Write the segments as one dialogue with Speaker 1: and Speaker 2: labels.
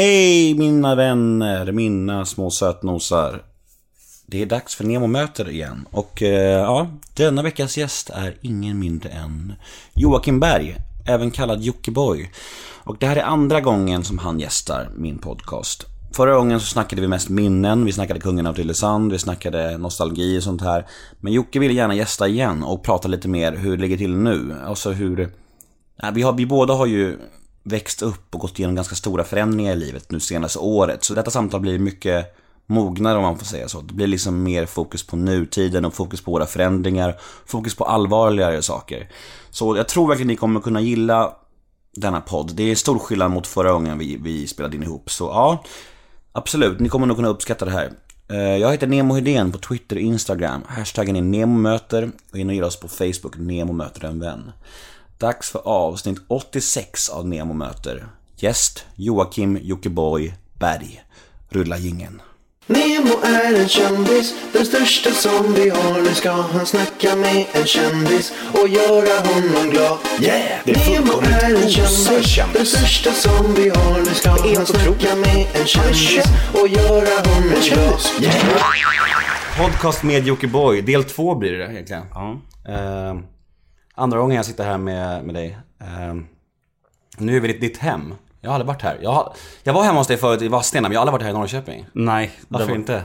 Speaker 1: Hej mina vänner, mina små sötnosar. Det är dags för Nemo möter igen och eh, ja, denna veckas gäst är ingen mindre än Joakim Berg, även kallad Jockiboi. Och det här är andra gången som han gästar min podcast. Förra gången så snackade vi mest minnen, vi snackade kungen av Tylösand, vi snackade nostalgi och sånt här. Men Jocke vill gärna gästa igen och prata lite mer hur det ligger till nu. Alltså hur... Ja, vi, har, vi båda har ju växt upp och gått igenom ganska stora förändringar i livet nu senaste året. Så detta samtal blir mycket mognare om man får säga så. Det blir liksom mer fokus på nutiden och fokus på våra förändringar. Fokus på allvarligare saker. Så jag tror verkligen ni kommer kunna gilla denna podd. Det är stor skillnad mot förra gången vi, vi spelade in ihop. Så ja, absolut. Ni kommer nog kunna uppskatta det här. Eh, Jag heter Nemo Hedén på Twitter och Instagram. Hashtaggen är NEMOMÖTER och in och gilla oss på Facebook, Nemo möter en vän. Dags för avsnitt 86 av Nemo möter. Gäst Joakim Jockiboi Berg. Rulla gingen.
Speaker 2: Nemo är en kändis, den största som vi har. Nu ska han snacka med en kändis och göra honom glad.
Speaker 3: Yeah, det är
Speaker 2: Nemo
Speaker 3: fullkomligt
Speaker 2: är en
Speaker 3: osökt
Speaker 2: kändis,
Speaker 3: kändis.
Speaker 2: den största som vi har. Nu ska
Speaker 3: är
Speaker 2: han
Speaker 3: helt
Speaker 2: snacka
Speaker 3: otroligt.
Speaker 2: med en kändis och göra honom glad.
Speaker 3: kändis.
Speaker 4: Podcast med Jockiboi, del två blir det egentligen. Ehm, andra gången jag sitter här med, med dig. Ehm, nu är vi i ditt, ditt hem. Jag har aldrig varit här. Jag, har, jag var hemma hos dig förut i Vadstena, men jag har aldrig varit här i Norrköping.
Speaker 5: Nej,
Speaker 4: Varför
Speaker 5: det var-
Speaker 4: inte?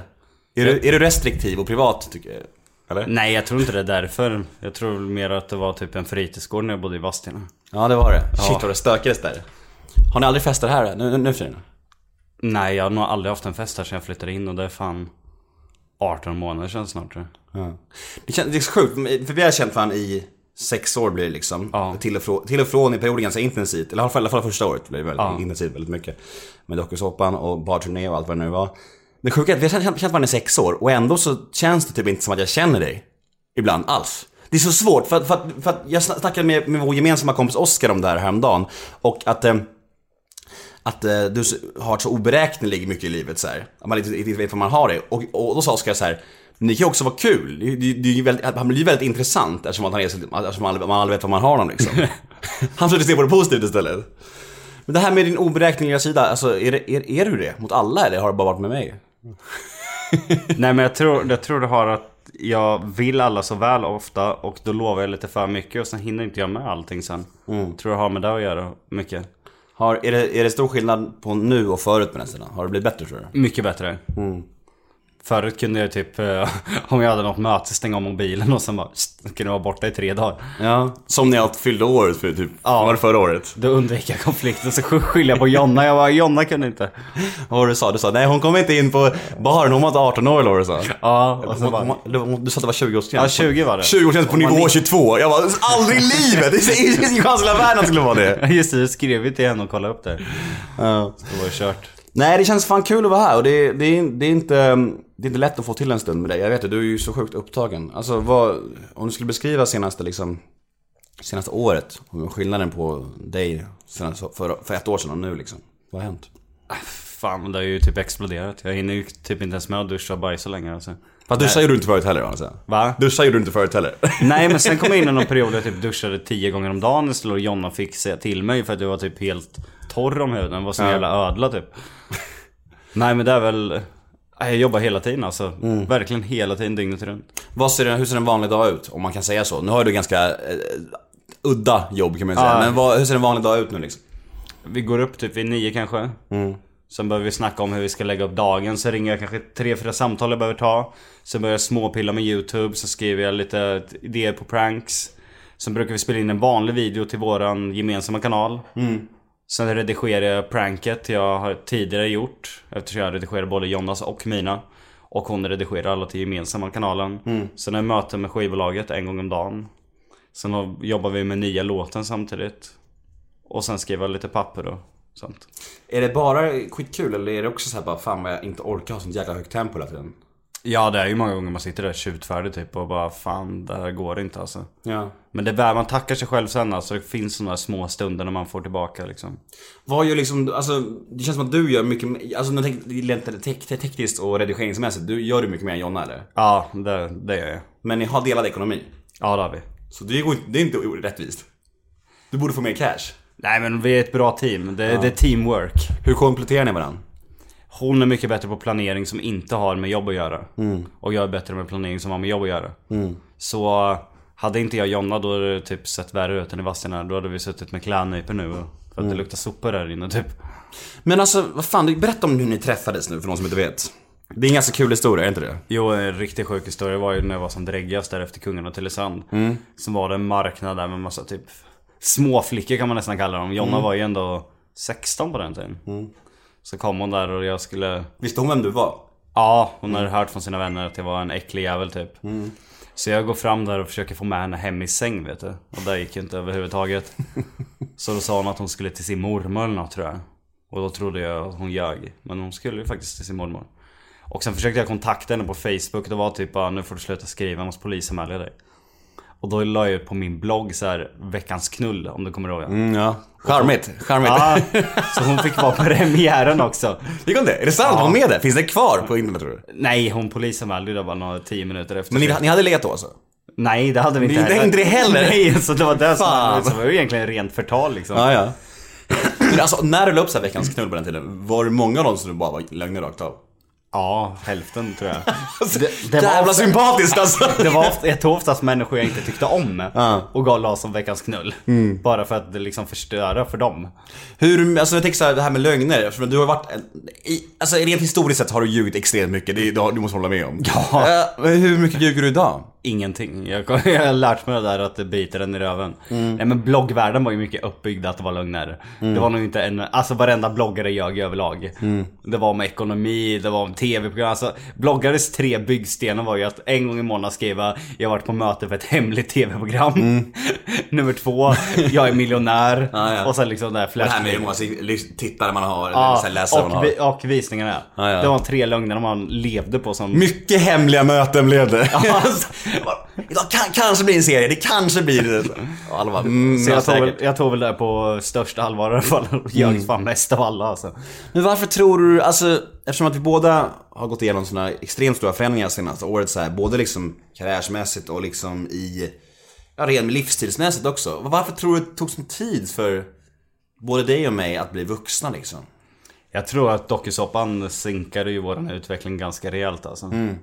Speaker 4: Är du, är du restriktiv och privat, tycker jag? Eller?
Speaker 5: Nej, jag tror inte det är därför. Jag tror mer att det var typ en fritidsgård när jag bodde i Vadstena.
Speaker 4: Ja, det var det. Ja.
Speaker 3: Shit vad det stökades där.
Speaker 4: Har ni aldrig fester här nu, nu, nu för tiden?
Speaker 5: Nej, jag har nog aldrig haft en fest här sedan jag flyttade in och det är fan 18 månader sedan snart tror jag.
Speaker 4: Det, känns, det är så sjukt, för vi har känt varandra i sex år blir det liksom.
Speaker 5: Ja.
Speaker 4: Till, och från, till och från i perioden ganska intensivt. Eller i alla fall- i alla fall första året blev det väldigt intensivt väldigt mycket. Med dokusåpan och barturné och allt vad det nu var. Det sjuka är att vi har känt, känt varandra i sex år och ändå så känns det typ inte som att jag känner dig. Ibland alls. Det är så svårt för att, för att, för att jag sna- snackade med, med vår gemensamma kompis Oskar om det här häromdagen. Och att eh, att eh, du s- har varit så oberäknelig mycket i livet så här. Att man inte inte vet vad man har det. Och, och då sa Oskar så här. Men det kan ju också vara kul. Det, det, det är ju väldigt, han blir ju väldigt intressant eftersom, att han är, så- eftersom man, aldrig, man aldrig vet vad man har honom liksom. han försökte se på det positivt istället. Men det här med din oberäkneliga sida, alltså är, det, är, är du det mot alla eller har det bara varit med mig?
Speaker 5: Nej, men jag tror, jag tror det har att jag vill alla så väl ofta och då lovar jag lite för mycket och sen hinner inte jag med allting sen.
Speaker 4: Mm.
Speaker 5: Tror det har med det att göra mycket.
Speaker 4: Har, är, det, är det stor skillnad på nu och förut på den här sidan? Har det blivit bättre tror du?
Speaker 5: Mycket bättre.
Speaker 4: Mm.
Speaker 5: Förut kunde jag typ, eh, om jag hade något möte, stänga av mobilen och sen bara, kunde jag vara borta i tre dagar.
Speaker 4: Ja. Som när jag fyllde året för typ, ja. var det förra året?
Speaker 5: Då undvek jag konflikten så skyllde jag på Jonna. Jag bara, Jonna kunde inte.
Speaker 4: Vad var det du sa? Du sa nej hon kommer inte in på baren, hon var inte 18 år eller vad du sa.
Speaker 5: Ja, och
Speaker 4: Och
Speaker 5: så
Speaker 4: sen
Speaker 5: bara,
Speaker 4: bara, du, du sa att det var 20-årsgräns?
Speaker 5: ja 20 var det.
Speaker 4: 20-årsgräns på nivå 22. Jag bara, aldrig i livet! Det finns ingen chans i hela världen att det skulle vara det.
Speaker 5: Just det, jag skrev ju till henne och kollade upp det. Så det var ju kört.
Speaker 4: Nej, det känns fan kul att vara här och det, det, är, det, är, inte, det är inte lätt att få till en stund med dig. Jag vet det, du är ju så sjukt upptagen. Alltså, vad, om du skulle beskriva senaste, liksom, senaste året, och skillnaden på dig sedan, för, för ett år sedan och nu liksom. Vad har hänt?
Speaker 5: Fan, det har ju typ exploderat. Jag hinner ju typ inte ens med att duscha och bajsa längre alltså.
Speaker 4: Fast duscha gjorde du inte förut heller alltså.
Speaker 5: Va?
Speaker 4: Duscha gjorde du inte förut heller.
Speaker 5: Nej men sen kom jag in i någon period där jag typ duschade tio gånger om dagen istället och Jonna fick säga till mig för att jag var typ helt torr om huden. Jag var som en jävla ödla typ. Nej men det är väl... Nej, Jag jobbar hela tiden alltså. Verkligen hela tiden, dygnet runt.
Speaker 4: Vad ser, hur ser en vanlig dag ut? Om man kan säga så. Nu har du ganska eh, udda jobb kan man ju säga. Men vad, hur ser en vanlig dag ut nu liksom?
Speaker 5: Vi går upp typ vid nio kanske. Sen behöver vi snacka om hur vi ska lägga upp dagen. Sen ringer jag kanske tre, fyra samtal jag behöver ta. Sen börjar jag småpilla med YouTube. Sen skriver jag lite idéer på pranks. Sen brukar vi spela in en vanlig video till våran gemensamma kanal. Sen redigerar jag pranket jag har tidigare gjort. Eftersom jag redigerar både Jonas och mina. Och hon redigerar alla till gemensamma kanalen. Sen har jag möte med skivbolaget en gång om dagen. Sen har- jobbar vi med nya låten samtidigt. Och sen skriva lite papper och sånt.
Speaker 4: Är det bara skitkul eller är det också så här bara fan vad jag inte orkar ha sånt jäkla högt tempo hela tiden?
Speaker 5: Ja det är ju många gånger man sitter där tjutfärdig typ och bara fan det här går inte alltså.
Speaker 4: Ja.
Speaker 5: Men det är väl, man tackar sig själv sen alltså. Det finns sådana små stunder när man får tillbaka liksom.
Speaker 4: Vad gör liksom, alltså det känns som att du gör mycket, mer- alltså nu tänk- rent tek- tek- tekniskt och redigeringsmässigt, du gör du mycket mer än Jonna eller?
Speaker 5: Ja det, det gör jag.
Speaker 4: Men ni har delad ekonomi.
Speaker 5: Ja det har vi.
Speaker 4: Så det, går, inte- det är inte rättvist. Du borde få mer cash.
Speaker 5: Nej men vi är ett bra team. Det, det är teamwork.
Speaker 4: Hur kompletterar ni varandra?
Speaker 5: Hon är mycket bättre på planering som inte har med jobb att göra. Och jag är bättre med planering som har med jobb att göra. Så hade inte jag Jonna då hade det typ sett värre ut än i Vadstena. Då hade vi suttit med klädnypor nu. och- För att det luktar sopor där inne typ.
Speaker 4: Men alltså, vad fan, du- berätta om hur ni träffades nu för någon som inte vet. Det är en ganska kul historia, är inte det?
Speaker 5: Jo, en riktigt sjuk historia var ju när jag var som dräggigast där efter Kungen och Tylösand. Mm. Som var det en marknad där med massa typ småflickor kan man nästan kalla dem. Jonna var ju ändå 16 på den tiden. Så kom hon där och jag skulle
Speaker 4: Visste hon vem du var?
Speaker 5: Ja, hon hade hört från sina vänner att jag var en äcklig jävel typ.
Speaker 4: Mm.
Speaker 5: Så jag går fram där och försöker få med henne hem i säng vet du. Och det gick ju inte överhuvudtaget. Så då sa hon att hon skulle till sin mormor eller något tror jag. Och då trodde jag att hon ljög. Men hon skulle ju faktiskt till sin mormor. Och sen försökte jag kontakta henne på Facebook. Det var typ bara, nu får du sluta skriva, jag måste polisanmäla dig. Och då la jag ut på min blogg så här veckans knull om du kommer ihåg den.
Speaker 4: Mm, ja. Charmigt, charmigt.
Speaker 5: Ja, så hon fick vara på premiären också.
Speaker 4: Gick hon det? Är det sant? Var hon med där? Finns det kvar på internet tror du?
Speaker 5: Nej, hon polisanmälde ju det bara några tio minuter efter.
Speaker 4: Men ni, ni hade legat då alltså?
Speaker 5: Nej det hade vi inte
Speaker 4: Det hängde det heller.
Speaker 5: Nej så det var det som
Speaker 4: Fan.
Speaker 5: hände. Så det var ju egentligen rent förtal liksom.
Speaker 4: Ja, ja. Men alltså, när du la upp så här veckans knull på den tiden, var det många av dem som du bara var lögner rakt av?
Speaker 5: Ja, hälften tror jag.
Speaker 4: Det,
Speaker 5: det var-
Speaker 4: Jävla sympatiskt alltså!
Speaker 5: Det var ofta, jag tog oftast människor jag inte tyckte om och gav la som veckans knull.
Speaker 4: Mm.
Speaker 5: Bara för att det liksom förstöra för dem.
Speaker 4: Hur, alltså jag tänker så här, det här med lögner, eftersom du har varit, en- i, alltså rent historiskt sett har du ljugit extremt mycket, det, det har- du måste hålla med om. Ja. hur mycket ljuger du idag?
Speaker 5: Ingenting. Jag, jag har lärt mig det där att det biter en i röven.
Speaker 4: Mm.
Speaker 5: Nej men bloggvärlden var ju mycket uppbyggd att det var lögner. Det var nog inte en, alltså varenda bloggare ljög överlag.
Speaker 4: Mm.
Speaker 5: Det var om ekonomi, det var om tv-program. Alltså bloggares tre byggstenar var ju att en gång i månaden skriva Jag har varit på möte för ett hemligt tv-program. Nummer två, jag är miljonär.
Speaker 4: Mm. Ja, ja.
Speaker 5: Och sen liksom det här
Speaker 4: Det här med hur
Speaker 5: flashbilden.
Speaker 4: många lik- tittare man har, eller
Speaker 5: Ja,
Speaker 4: så här läsare man
Speaker 5: och,
Speaker 4: har.
Speaker 5: vi, och visningarna.
Speaker 4: Ja, ja.
Speaker 5: Det var tre lögner man levde på som...
Speaker 4: Mycket hemliga möten blev det. Idag kan, kanske blir en serie, det kanske blir det. Och alla bara, mm,
Speaker 5: Så
Speaker 4: ja,
Speaker 5: jag, tog väl,
Speaker 4: säkert. Mm.
Speaker 5: jag tog väl det här på största allvar i alla fall. och Ljög fan mest av alla alltså.
Speaker 4: Men varför tror du, alltså eftersom att vi båda har gått igenom sådana extremt stora förändringar senaste året så här, både liksom karriärsmässigt och liksom i, ja ren livsstilsmässigt också. Varför tror du det tog sån tid för både dig och mig att bli vuxna liksom?
Speaker 5: Jag tror att dokusåpan sinkade ju våran utveckling ganska rejält alltså.
Speaker 4: Mm.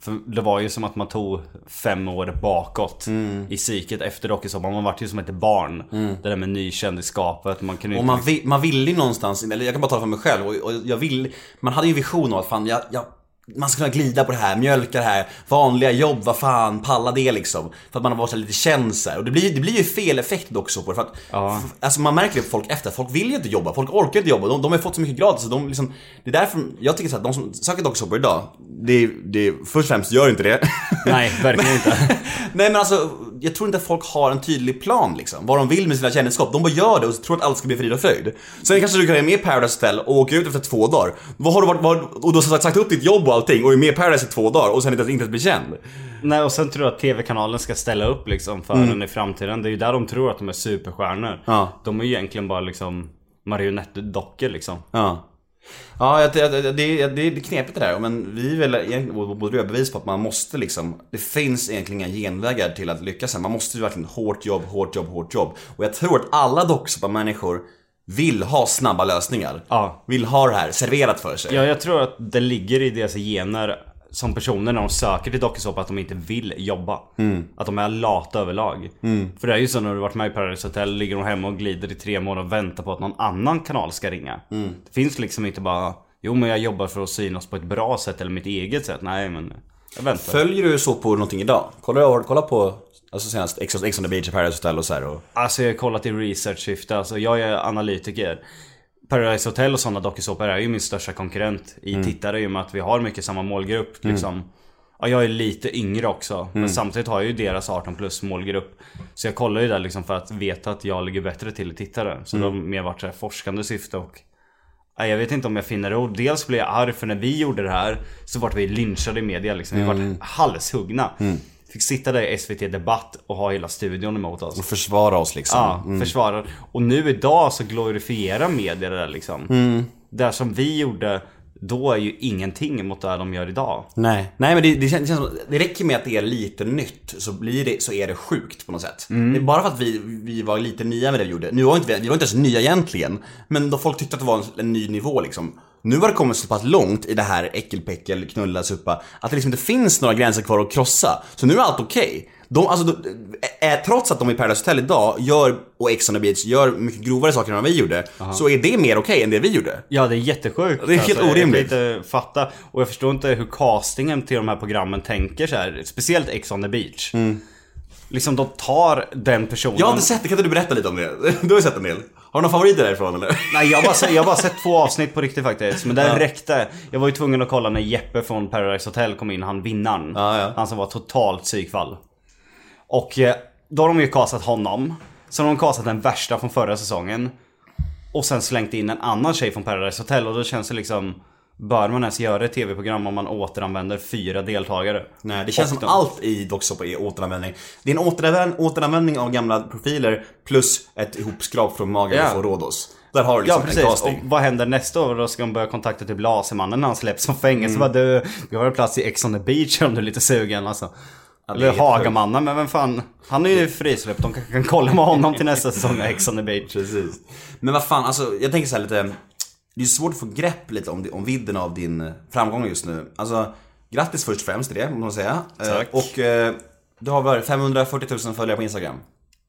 Speaker 5: För det var ju som att man tog fem år bakåt
Speaker 4: Mm.
Speaker 5: i psyket efter dokusåpan. Man vart ju som ett barn. Det där med nykändiskapet. Man kunde ju
Speaker 4: Och
Speaker 5: inte...
Speaker 4: man, vi, man ville ju någonstans, eller jag kan bara tala för mig själv och, och jag vill, man hade ju en vision av att fan jag, jag man ska kunna glida på det här, mjölka det här, vanliga jobb, vad fan, palla det liksom. För att man har varit så här lite känd så här. Och det blir, det blir ju fel effekt också på det. För att, f- alltså man märker det på folk efter, folk vill ju inte jobba, folk orkar inte jobba. De, de har ju fått så mycket gratis. Så de liksom, det är därför jag tycker så här, de som söker dokusåpor idag, det, det, först och främst gör inte det.
Speaker 5: Nej, verkligen inte.
Speaker 4: Nej men alltså, jag tror inte att folk har en tydlig plan liksom. Vad de vill med sina kändisskap. De bara gör det och tror att allt ska bli frid och fröjd. Sen kanske du kan vara med i Paradise Hotel och åka ut efter två dagar. Vad har du varit, vad, och du har sagt- sagt upp ditt jobb och allting och är med i Paradise i två dagar och sen inte ens, inte ens bli känd.
Speaker 5: Nej och sen tror jag att TV-kanalen ska ställa upp liksom för en i framtiden. Det är ju där de tror att de är superstjärnor.
Speaker 4: Mm. Ja.
Speaker 5: De är ju egentligen bara liksom marionettdockor liksom.
Speaker 4: Ja. Ja, jag- jag- jag- det, jag- det är knepigt det där. Men vi är väl egentligen- och både du och jag bevis på att man måste liksom, det finns egentligen inga genvägar till att lyckas här. Man måste ju verkligen hårt jobb, hårt jobb, hårt jobb. Och jag tror att alla docksåpa-människor vill ha snabba lösningar.
Speaker 5: Ja.
Speaker 4: Vill ha det här serverat för sig.
Speaker 5: Ja, jag tror att det ligger i deras gener som personer när de söker till dokusåpa att de inte vill jobba. Att de är lata överlag. För det är ju så när du varit med i Paradise Hotel, ligger de hemma och glider i tre månader och väntar på att någon annan kanal ska ringa. Det finns liksom inte bara, jo men jag jobbar för att synas på ett bra sätt eller mitt eget sätt. Nej men, jag väntar.
Speaker 4: Följer du så på någonting idag? Kollar du, har du kollat på alltså senast Ex Ex on the beach, Paradise Hotel och så här och...
Speaker 5: Alltså jag har kollat i research-syfte, alltså jag är analytiker. Paradise Hotel och sådana dokusåpor är ju min största konkurrent i tittare i och med att vi har mycket samma målgrupp liksom. Ja, jag är lite yngre också, men samtidigt har jag ju deras 18 plus målgrupp. Så jag kollar ju där liksom för att veta att jag ligger bättre till i tittare. Så det har mer varit så här forskande syfte och Nej, jag vet inte om jag finner ord. Dels blev jag arg för när vi gjorde det här så vart vi lynchade i media liksom. Vi vart halshuggna. Fick sitta där i SVT Debatt och ha hela studion emot oss.
Speaker 4: Försvara oss liksom.
Speaker 5: Ja, försvarar. Mm. Och nu idag så glorifierar media det där liksom. Det som vi gjorde Då är ju ingenting mot det de gör idag.
Speaker 4: Nej, nej men det, det, känns, det känns som, det räcker med att det är lite nytt så, blir det, så är det sjukt på något sätt. Det är bara för att vi, vi var lite nya med det vi gjorde. Nu var inte, vi- vi var inte ens nya egentligen, men då folk tyckte att det var en, en ny nivå liksom. Nu har det kommit så pass långt i det här äckelpäckel, knulla, suppa, att det liksom inte finns några gränser kvar att krossa. Så nu är allt okej. De, alltså, de, är, trots att de i Paradise Hotel idag gör, och Ex on the Beach gör mycket grovare saker än vad vi gjorde, så är det mer okej än det vi gjorde.
Speaker 5: Ja, det är jättesjukt. Alltså,
Speaker 4: Det är helt orimligt.
Speaker 5: Jag kan inte fatta. Och jag förstår inte hur castingen till de här programmen tänker så här. Speciellt Ex on the beach. Liksom de tar den personen.
Speaker 4: Jag har inte sett det, kan inte du berätta lite om det? Du har ju sett en del. Har du några favoriter därifrån eller?
Speaker 5: Nej, jag har bara, se- jag har bara sett två avsnitt på riktigt faktiskt. Men det räckte. Jag var ju tvungen att kolla när Jeppe från Paradise Hotel kom in, han vinnaren.
Speaker 4: Ja, ja.
Speaker 5: Han som var totalt psykfall. Och eh, då har de ju kastat honom. Sen har de kastat den värsta från förra säsongen. Och sen slängt in en annan tjej från Paradise Hotel och då känns det liksom Bör man ens göra ett tv-program om man återanvänder fyra deltagare?
Speaker 4: Nej, det känns
Speaker 5: Och
Speaker 4: som
Speaker 5: de-
Speaker 4: allt i docksoppa är återanvändning. Det är en återanvänd, återanvändning av gamla profiler plus ett ihopskrap från Magaluf
Speaker 5: Ja.
Speaker 4: och Rhodos. Där har du
Speaker 5: Ja
Speaker 4: liksom
Speaker 5: precis,
Speaker 4: en
Speaker 5: och
Speaker 4: casting.
Speaker 5: vad händer nästa år? Då ska de börja kontakta typ Lasermannen när han släpps som fängelse.
Speaker 4: Mm.
Speaker 5: Bara, du, vi har en plats i Ex on the beach om du är lite sugen alltså. Eller
Speaker 4: jättesjukt.
Speaker 5: Hagamannen, men vem fan. Han är ju frisläppt, de kanske kan kolla med honom till nästa säsong av Ex on the beach.
Speaker 4: Precis. Men vad fan, alltså jag tänker så här lite. Det är svårt att få grepp lite om, om vidden av din eh, framgång just nu. Alltså, grattis först och främst till det, måste man säga.
Speaker 5: Tack.
Speaker 4: Eh, Och eh, du har väl 540 000 följare på Instagram?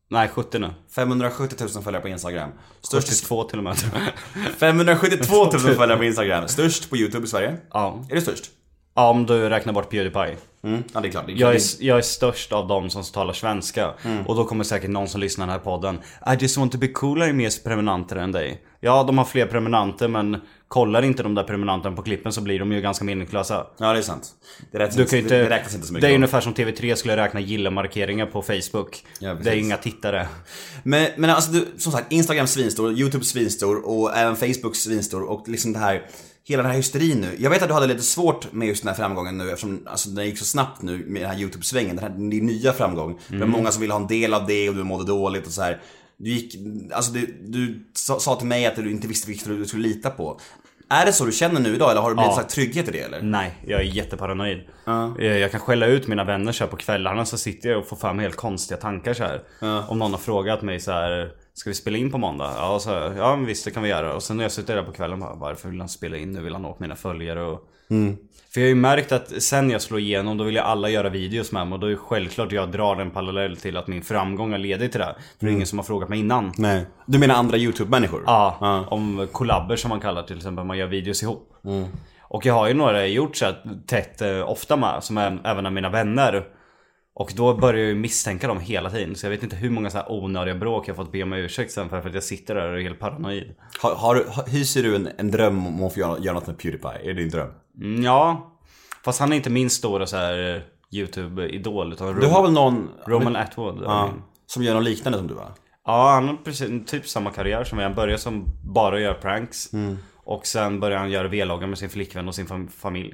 Speaker 5: Nej, 70 nu.
Speaker 4: 570 000 följare på Instagram. Störst i
Speaker 5: 42 till och med.
Speaker 4: 572 000 följare på Instagram. Störst på YouTube i Sverige.
Speaker 5: typ- Ja.
Speaker 4: Är det störst?
Speaker 5: ja, om du räknar bort Pewdiepie.
Speaker 4: Mm. Ja, det är klart. Det är
Speaker 5: Jag är, jag är störst av de som talar svenska.
Speaker 4: Mm.
Speaker 5: Och då kommer säkert någon som lyssnar på den här podden. I just want to be cool är ju mer prenumeranter än dig. Ja, de har fler prenumeranter men kollar inte de där prenumeranterna på klippen så blir de ju ganska meningslösa.
Speaker 4: Ja, det är sant. Det, räknas
Speaker 5: Du kan ju
Speaker 4: inte,
Speaker 5: inte,
Speaker 4: det räknas inte så mycket.
Speaker 5: det är
Speaker 4: då.
Speaker 5: ungefär som TV3 skulle räkna gilla-markeringar på Facebook.
Speaker 4: Ja, precis.
Speaker 5: det är ju inga tittare.
Speaker 4: Men, men alltså, du, som sagt, Instagram svinstor, YouTube svinstor och även Facebook svinstor och liksom det här, hela den här hysterin nu. Jag vet att du hade lite svårt med just den här framgången nu eftersom alltså, den gick så snabbt nu med den här YouTube-svängen, den här din nya framgång. Det var många som ville ha en del av det och du mådde dåligt och så här. Du gick, alltså du, du sa, sa till mig att du inte visste vilka du skulle lita på. Är det så du känner nu idag eller har du blivit
Speaker 5: Ja.
Speaker 4: ja. sagt trygghet i det eller?
Speaker 5: Nej, jag är jätteparanoid. Eh, Jag kan skälla ut mina vänner så här på kvällarna så sitter jag och får fram helt konstiga tankar så här. Om någon har frågat mig så här. Ska vi spela in på måndag? Ja, så här, ja men visst det kan vi göra. Och sen när jag sitter där på kvällen bara, varför vill han spela in nu? Vill han åt mina följare? Och... För jag har ju märkt att sen jag slår igenom då vill jag alla göra videos med mig. Och då är det självklart jag drar en parallell till att min framgång har ledit till det här. För det är ingen som har frågat mig innan.
Speaker 4: Nej. Du menar andra YouTube-människor?
Speaker 5: Ja, om kollaber som man kallar till exempel. Man gör videos ihop.
Speaker 4: Mm.
Speaker 5: Och jag har ju några jag gjort så här tätt eh, ofta med, som är även av mina vänner. Och då börjar jag ju misstänka dem hela tiden. Så jag vet inte hur många så här onödiga bråk jag fått be om ursäkt sen för, för att jag sitter där och är helt paranoid.
Speaker 4: Har, har, du- har, hyser du en, en dröm om att få göra, göra något med Pewdiepie? Är det din dröm?
Speaker 5: Mm, ja, fast han är inte min stora så här eh, YouTube-idol utan
Speaker 4: Du
Speaker 5: Roman,
Speaker 4: har väl någon
Speaker 5: Roman Atwood.
Speaker 4: ja, Mm. som gör något liknande som du va?
Speaker 5: Ja, han har precis, typ samma karriär som jag. Han började som bara göra pranks. Och sen började han göra vloggar med sin flickvän och sin fam- familj.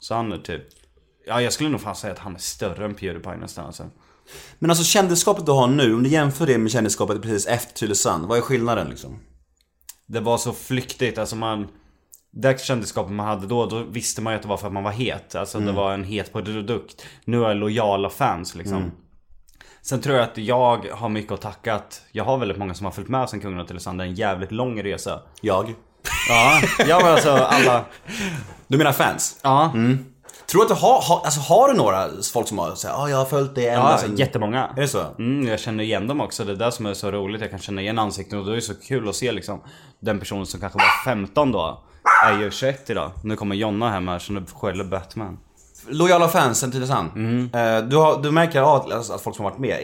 Speaker 5: Så han är typ... Ja, jag skulle nog fan säga att han är större än Pewdiepie nästan. Alltså.
Speaker 4: Men alltså kändisskapet du har nu, om du jämför det med kändisskapet precis efter Tylösand, vad är skillnaden liksom?
Speaker 5: Det var så flyktigt, alltså man... Det kändisskapet man hade då, då visste man ju att det var för att man var het. Alltså det var en het produkt. Nu har jag lojala fans liksom. Sen tror jag att jag har mycket att tacka att jag har väldigt många som har följt med sen Kungen av Tylösand. Det är en jävligt lång resa.
Speaker 4: Jag?
Speaker 5: Ja, ja men alltså alla...
Speaker 4: Du menar fans?
Speaker 5: Ja.
Speaker 4: Tror du att du har, har, alltså har du några folk som har sagt ah, jag har följt det ända
Speaker 5: Ja,
Speaker 4: sen...
Speaker 5: alltså, jättemånga.
Speaker 4: Är det så?
Speaker 5: Mm, jag känner igen dem också. Det är det som är så roligt. Jag kan känna igen ansikten och då är det så kul att se liksom den personen som kanske var 15 då är ju 21 idag. Nu kommer Jonna hem här så nu skäller Batman.
Speaker 4: Lojala fans sen Tylösand.
Speaker 5: Mm.
Speaker 4: Eh, du, har, du märker ja, att, alltså, att folk som har varit med.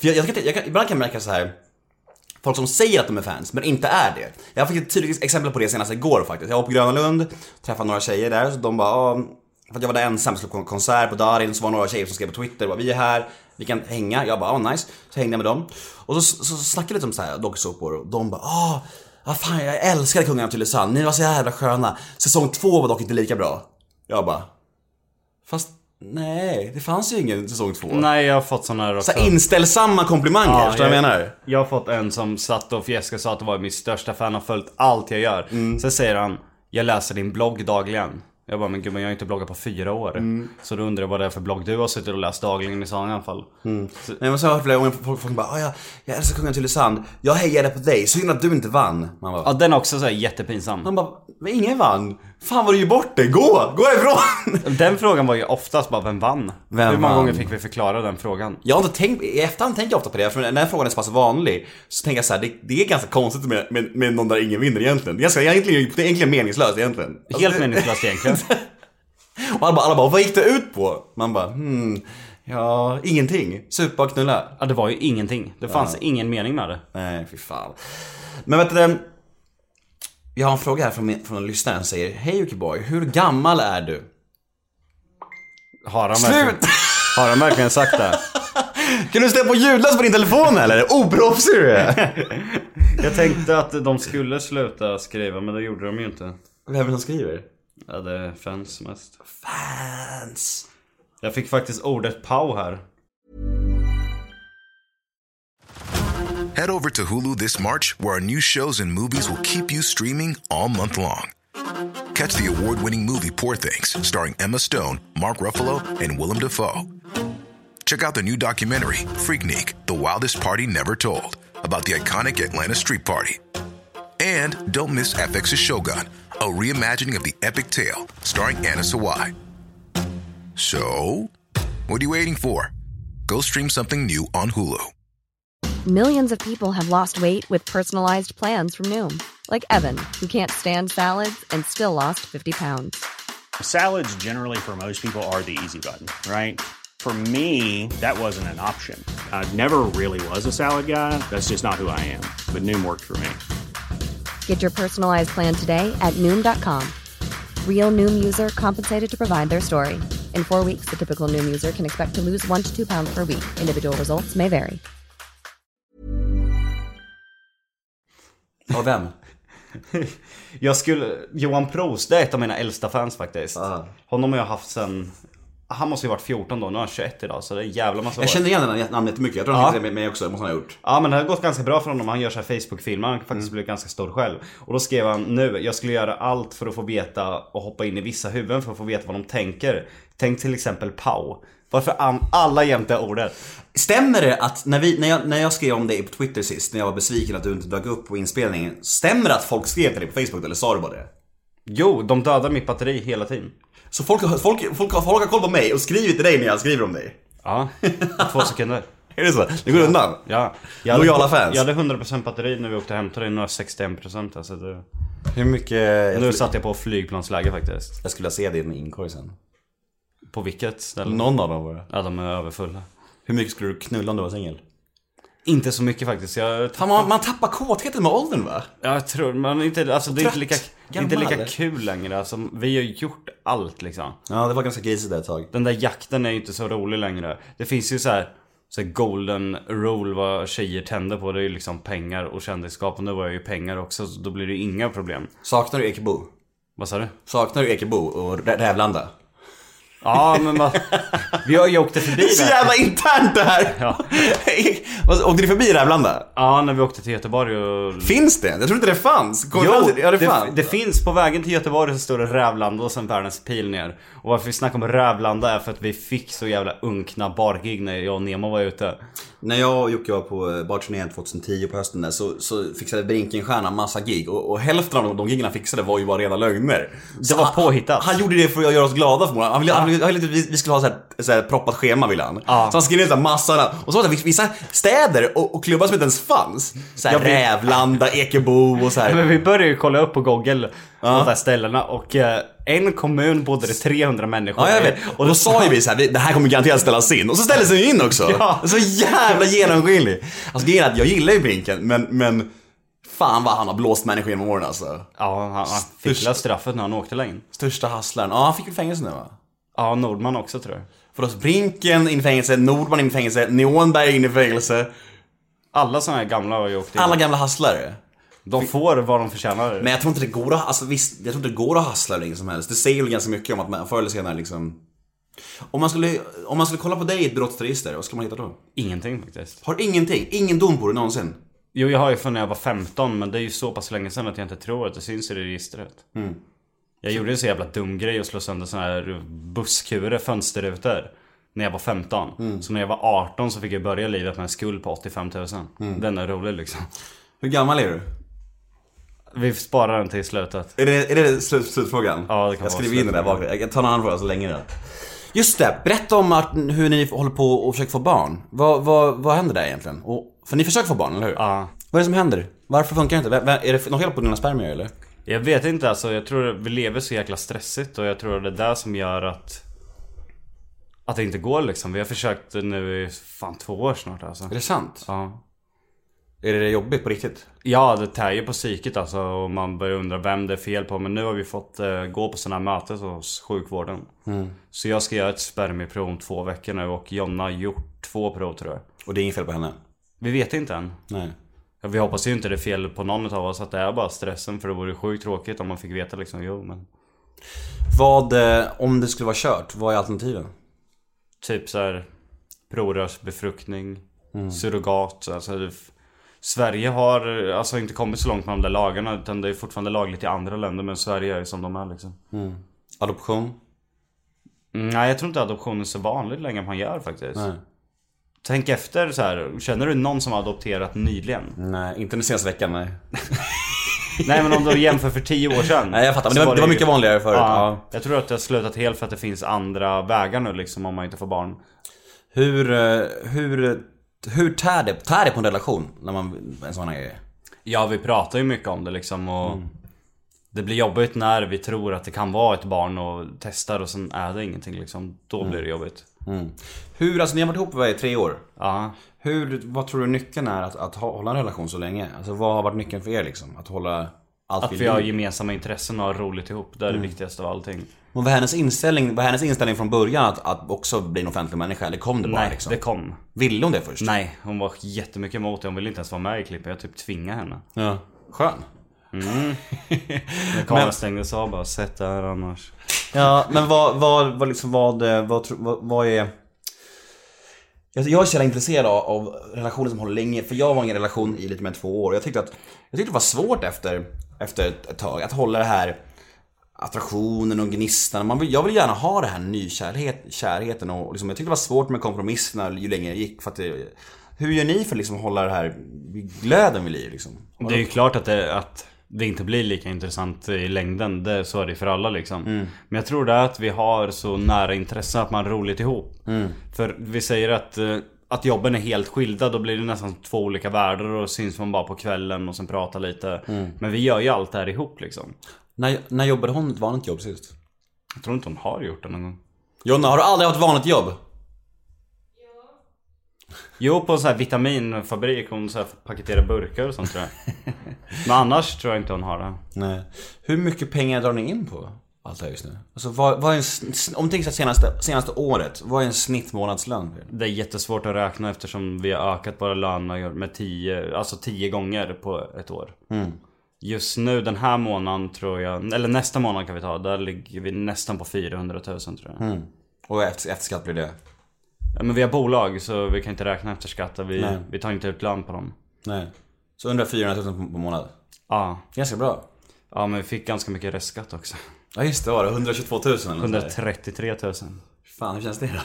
Speaker 4: För jag, jag, kan, inte- jag kan, ibland kan jag märka så här. Folk som säger att de är fans, men inte är det. Jag fick ett tydligt exempel på det senast igår faktiskt. Jag var på Gröna Lund, träffade några tjejer där, så de bara ah, För att jag var där ensam, skulle på en konsert på Darin, så var det några tjejer som skrev på Twitter bara, vi är här, vi kan hänga. Jag bara ah, nice. Så hängde jag med dem. Och så, så snackade vi lite om så här dokusåpor och de bara ah, ah fan jag älskade Kungarna av Tylösand, ni var så jävla sköna. Säsong två var dock inte lika bra. Jag bara Fast nej, det fanns ju ingen säsong två.
Speaker 5: Nej, jag har fått såna här också.
Speaker 4: Så här inställsamma komplimanger,
Speaker 5: Ja,
Speaker 4: förstår du vad jag menar?
Speaker 5: Jag
Speaker 4: Mm.
Speaker 5: har fått en som satt och fjäskade och sa att det var min största fan, har följt allt jag gör. Sen säger han Jag läser din blogg dagligen. Jag bara, men gud men jag har ju inte bloggat på fyra år.
Speaker 4: Mm.
Speaker 5: Så då undrar jag vad det är för blogg du har suttit och läst dagligen i sådana fall.
Speaker 4: Nej men så har jag hört flera gånger folk, folk bara "Ah, ja, jag älskar kungen Tylösand, jag hejade på dig, synd att du inte vann. Man bara,
Speaker 5: Ja den är också så här jättepinsam.
Speaker 4: man bara men ingen vann. Fan vad du ger bort det, gå! Gå ifrån!
Speaker 5: Den frågan var ju oftast bara, vem vann?
Speaker 4: Vem
Speaker 5: Hur många
Speaker 4: vann? Alltså,
Speaker 5: gånger fick vi förklara den frågan?
Speaker 4: Jag har inte tänkt, i efterhand tänker jag ofta på det, för när den här frågan är så pass vanlig så tänker jag så här, det, det är ganska konstigt med, med, med någon där ingen vinner egentligen. Det är, ganska, det är egentligen, det är egentligen meningslöst egentligen.
Speaker 5: Helt
Speaker 4: det-
Speaker 5: meningslöst egentligen.
Speaker 4: Och alla bara, alla bara, vad gick det ut på? Man bara, hmm, ja, ingenting. Supa och knulla.
Speaker 5: Ja det var ju ingenting. Det fanns ingen mening med det.
Speaker 4: Nej, fy fan. Men vet du, jag har en fråga här från, min, från en lyssnare som säger, hej Jockiboi, hur gammal är du?
Speaker 5: Har han verkligen,
Speaker 4: Slut!
Speaker 5: har han verkligen sagt det?
Speaker 4: Kan du ställa på ljudlös på din telefon eller? Oproffsig du är!
Speaker 5: Jag tänkte att de skulle sluta skriva men det gjorde de ju inte.
Speaker 4: Vem är det som skriver?
Speaker 5: Ja det är fans mest.
Speaker 4: Fans.
Speaker 5: Jag fick faktiskt ordet pow här.
Speaker 3: Head over to Hulu this March, where our new shows and movies will keep you streaming all month long. Catch the award winning movie Poor Things, starring Emma Stone, Mark Ruffalo, and Willem Dafoe. Check out the new documentary, Freaknik The Wildest Party Never Told, about the iconic Atlanta Street Party. And don't miss FX's Shogun, a reimagining of the epic tale, starring Anna Sawai. So, what are you waiting for? Go stream something new on Hulu.
Speaker 6: Millions of people have lost weight with personalized plans from Noom, like Evan, who can't stand salads and still lost 50 pounds.
Speaker 7: Salads, generally, for most people, are the easy button, right? For me, that wasn't an option. I never really was a salad guy. That's just not who I am. But Noom worked for me.
Speaker 6: Get your personalized plan today at Noom.com. Real Noom user compensated to provide their story. In four weeks, the typical Noom user can expect to lose one to two pounds per week. Individual results may vary.
Speaker 4: Och vem?
Speaker 5: Jag skulle, Johan Prost, det är ett av mina äldsta fans faktiskt. Honom har jag haft sen, han måste ju varit 14 då, nu är han 21 idag så det är en jävla massa år.
Speaker 4: Jag känner igen det namnet mycket, jag tror han heter det med mig också, det måste han ha gjort.
Speaker 5: Ja men det har gått ganska bra för honom, han gör så här Facebook-filmer, han har faktiskt
Speaker 4: Mm.
Speaker 5: blivit ganska stor själv. Och då skrev han nu, jag skulle göra allt för att få veta och hoppa in i vissa huvuden för att få veta vad de tänker. Tänk till exempel pow. Varför an- alla jämt det ordet?
Speaker 4: Stämmer det att när, vi, när, jag, när jag skrev om dig på Twitter sist, när jag var besviken att du inte dök upp på inspelningen. Stämmer det att folk skrev till dig på Facebook eller sa du bara det?
Speaker 5: Jo, de dödar mitt batteri hela tiden.
Speaker 4: Så folk, har- folk, folk, har- folk har koll på mig och skriver till dig när jag skriver om dig?
Speaker 5: Ja, två sekunder.
Speaker 4: Är det så? Det går undan?
Speaker 5: Ja.
Speaker 4: Lojala fans.
Speaker 5: Jag hade 100% batteri när vi åkte hem till dig, nu har jag 61% alltså det...
Speaker 4: Hur mycket...
Speaker 5: Nu
Speaker 4: Nu
Speaker 5: satt jag på flygplansläge faktiskt.
Speaker 4: Jag skulle se det med inkorg sen.
Speaker 5: På vilket ställe?
Speaker 4: Någon av dem var det.
Speaker 5: Ja, de är överfulla.
Speaker 4: Hur mycket skulle du knulla om du var singel?
Speaker 5: Inte så mycket faktiskt. Jag,
Speaker 4: Fan man, man tappar kåtheten med åldern va?
Speaker 5: jag tror, man är inte, alltså, det, är inte lika,
Speaker 4: trött.
Speaker 5: det är inte
Speaker 4: Gammal.
Speaker 5: lika kul längre. Alltså, vi har ju gjort allt liksom.
Speaker 4: Ja det var ganska grisigt där ett tag.
Speaker 5: Den där jakten är ju inte så rolig längre. Det finns ju så här, så här golden rule vad tjejer tänder på. Det är ju liksom pengar och kändisskap. Och nu var jag ju pengar också, så då blir det ju inga problem.
Speaker 4: Saknar du Ekebo?
Speaker 5: Vad sa du?
Speaker 4: Saknar du Ekebo och Rä- Rävlanda?
Speaker 5: Ja, men vad... Vi har ju åkt förbi
Speaker 4: Så
Speaker 5: där.
Speaker 4: jävla internt det här!
Speaker 5: Ja.
Speaker 4: Vad- Åkte ni förbi Rävlanda?
Speaker 5: Ja, när vi åkte till Göteborg och
Speaker 4: Finns det? Jag trodde inte det fanns. Kom fram till- ja, det,
Speaker 5: det,
Speaker 4: fanns.
Speaker 5: det finns på vägen till Göteborg så står det Rävlanda och sen världens pil ner. Och varför vi snackar om Rävlanda är för att vi fick så jävla unkna bargig när jag och Nemo var ute.
Speaker 4: När jag och Jocke var på eh, barturnén 2010 på hösten där så, så fixade Brinkenstierna massa gig och, och hälften av de, de giggen han fixade var ju bara rena lögner. Så
Speaker 5: var
Speaker 4: han-
Speaker 5: påhittat.
Speaker 4: Han gjorde det för att göra oss glada förmodligen. Han ville, han ville, han ville, vi vi skulle ha så här, så här proppat schema ville han. Så han skrev ner så här massa namn. Och så var det så här, vissa städer och, och klubbar som inte ens fanns. Så här,
Speaker 5: Jag vet.
Speaker 4: Rävlanda, Ekebo och så här.
Speaker 5: Men vi började ju kolla upp på Google, de där ställena och eh, en kommun bodde det 300 människor
Speaker 4: Ja, jag
Speaker 5: i.
Speaker 4: vet. Och då sa ju vi så här, vi- det här kommer garanterat ställas in. Och så ställdes den ju in också.
Speaker 5: Ja.
Speaker 4: Så jävla genomskinlig. Alltså grejen är att jag gillar ju Brinken, men, men fan vad han har blåst människor genom åren alltså.
Speaker 5: Ja, han, han fick väl straffet när han åkte längre.
Speaker 4: Största hustlern. Ja, han fick väl fängelse nu va?
Speaker 5: Ja, Nordman också tror jag.
Speaker 4: För oss Brinken in i fängelse, Nordman in i fängelse, Neonberg in i fängelse.
Speaker 5: Alla såna här gamla har ju åkt in.
Speaker 4: Alla gamla hustlare.
Speaker 5: De får vad de förtjänar.
Speaker 4: Men jag tror inte det går att, alltså, visst, jag tror inte det går att hustla hur länge som helst. Det säger väl ganska mycket om att man förr eller senare liksom... Om man skulle, om man skulle kolla på dig i ett brottsregister, vad ska man hitta då?
Speaker 5: Ingenting faktiskt.
Speaker 4: Har ingenting, ingen dom på dig någonsin.
Speaker 5: Jo, jag har ju från när jag var 15 men det är ju så pass länge sedan att jag inte tror att det syns i registret. Jag gjorde en så jävla dum grej och slå sönder såna här busskurer, fönsterrutor. När jag var 15. Så när jag var 18 så fick jag börja livet med en skuld på 85 000. Den är rolig liksom.
Speaker 4: Hur gammal är du?
Speaker 5: Vi sparar den till slutet.
Speaker 4: Är det, är det slut, slutfrågan?
Speaker 5: Ja, det kan
Speaker 4: Jag
Speaker 5: vara
Speaker 4: skriver in den där
Speaker 5: slutfrågan.
Speaker 4: bak. Jag kan ta en annan fråga så länge då. Just det, berätta om att, hur ni håller på och försöker få barn. Vad, vad, vad händer där egentligen? Och, för ni försöker få barn, eller hur?
Speaker 5: Ja.
Speaker 4: Vad är det som händer? Varför funkar det inte? Vä- vä- Är det något fel på dina spermier eller?
Speaker 5: Jag vet inte alltså, jag tror vi lever så jäkla stressigt och jag tror det är det som gör att att det inte går liksom. Vi har försökt nu i fan två år snart alltså.
Speaker 4: Är det sant?
Speaker 5: Ja.
Speaker 4: Är det jobbigt på riktigt?
Speaker 5: Ja, det tär ju på psyket alltså och man börjar undra vem det är fel på. Men nu har vi fått eh, gå på sådana här möten hos sjukvården. Så jag ska göra ett spermieprov om två veckor nu och Jonna har gjort två prov tror jag.
Speaker 4: Och det är inget fel på henne?
Speaker 5: Vi vet inte än.
Speaker 4: Nej.
Speaker 5: Ja, Vi hoppas ju inte det är fel på någon av oss att det är bara stressen för det vore sjukt tråkigt om man fick veta liksom. Jo men.
Speaker 4: Vad, eh, om det skulle vara kört, vad är alternativen?
Speaker 5: Typ så här provrörsbefruktning, surrogat. Alltså, det, Sverige har eh, alltså inte kommit så långt med de där lagarna utan det är fortfarande lagligt i andra länder men Sverige är ju som de är liksom.
Speaker 4: Adoption?
Speaker 5: Mm, Nej, jag tror inte adoption är så vanligt längre man gör faktiskt.
Speaker 4: Nej.
Speaker 5: Tänk efter så här. känner du någon som har adopterat nyligen?
Speaker 4: Nej, inte den senaste veckan nej.
Speaker 5: Nej men om du jämför för tio år sedan.
Speaker 4: Nej jag fattar, men
Speaker 5: så
Speaker 4: det var, det var
Speaker 5: ju-
Speaker 4: mycket vanligare förut.
Speaker 5: Ja,
Speaker 4: Ja.
Speaker 5: jag tror att det har slutat helt för att det finns andra vägar nu liksom om man inte får barn.
Speaker 4: Hur, eh, hur, hur tär, det, tär det på en relation när man, en sån här grej?
Speaker 5: Ja, vi pratar ju mycket om det liksom och Det blir jobbigt när vi tror att det kan vara ett barn och testar och sen är det ingenting liksom. Då blir det jobbigt.
Speaker 4: Hur, alltså ni har varit ihop vad, i tre år?
Speaker 5: Mm. Ja.
Speaker 4: Hur, vad tror du nyckeln är att, att ha- hålla en relation så länge? Alltså vad har varit nyckeln för er liksom? Att hålla allt
Speaker 5: Att
Speaker 4: vid
Speaker 5: vi har
Speaker 4: liv?
Speaker 5: gemensamma intressen och har roligt ihop. Det är det viktigaste av allting.
Speaker 4: Men var hennes inställning, var hennes inställning från början att, att också bli en offentlig människa? Eller kom det bara
Speaker 5: Nej,
Speaker 4: liksom?
Speaker 5: det kom.
Speaker 4: Ville hon det först?
Speaker 5: Nej, hon var jättemycket emot det. Hon ville inte ens vara med i klippet. Jag typ tvingade henne.
Speaker 4: Ja. Skön.
Speaker 5: När kameran stängdes av bara, sätt det här annars.
Speaker 4: Ja, men vad, vad, vad, liksom, vad, eh, vad, tro- vad, vad är... Jag, jag är så jävla intresserad av, av relationer som håller länge, för jag var i en relation i lite mer än två år och jag tyckte att jag tyckte det var svårt efter, efter ett ett tag att hålla det här attraktionen och gnistan. Man vill, jag vill gärna ha det här nykärhet, kärheten och, och liksom, jag tyckte det var svårt med kompromisserna ju längre det gick. För att det, hur gör ni för att liksom hålla det här glöden vid liv liksom?
Speaker 5: Det är ju klart att det, att det inte blir lika intressant i längden. Det, så är det för alla liksom. Men jag tror det är att vi har så nära intressen att man har roligt ihop. För vi säger att, eh, att jobben är helt skilda. Då blir det nästan två olika världar och syns man bara på kvällen och sen pratar lite. Men vi gör ju allt det här ihop liksom.
Speaker 4: När, när jobbade hon ett vanligt jobb sist?
Speaker 5: Jag tror inte hon har gjort det någon gång.
Speaker 4: Jonna, har du aldrig haft ett vanligt jobb?
Speaker 5: Jo, på en sån här vitaminfabrik. Hon så här paketerar burkar och sånt tror jag. Men annars tror jag inte hon har det.
Speaker 4: Nej. Hur mycket pengar drar ni in på allt det här just nu? Alltså vad, vad är en, sn- om du tänker så här senaste, senaste året, vad är en snittmånadslön? för er?
Speaker 5: Det är jättesvårt att räkna eftersom vi har ökat våra löner med 10, alltså 10 gånger på ett år. Just nu den här månaden tror jag, eller nästa månad kan vi ta, där ligger vi nästan på 400 000 tror jag.
Speaker 4: Och efter, efter skatt blir det?
Speaker 5: Ja, Men vi har bolag så vi kan inte räkna efter skatt, och vi, vi tar inte ut lön på dem.
Speaker 4: Nej. Så under 400 000 på, på månad?
Speaker 5: Ja,
Speaker 4: Ganska bra.
Speaker 5: ja men vi fick ganska mycket restskatt också.
Speaker 4: Ja just det, var det 122 000 eller nåt sånt där.
Speaker 5: 133 000.
Speaker 4: Fan, hur känns det då?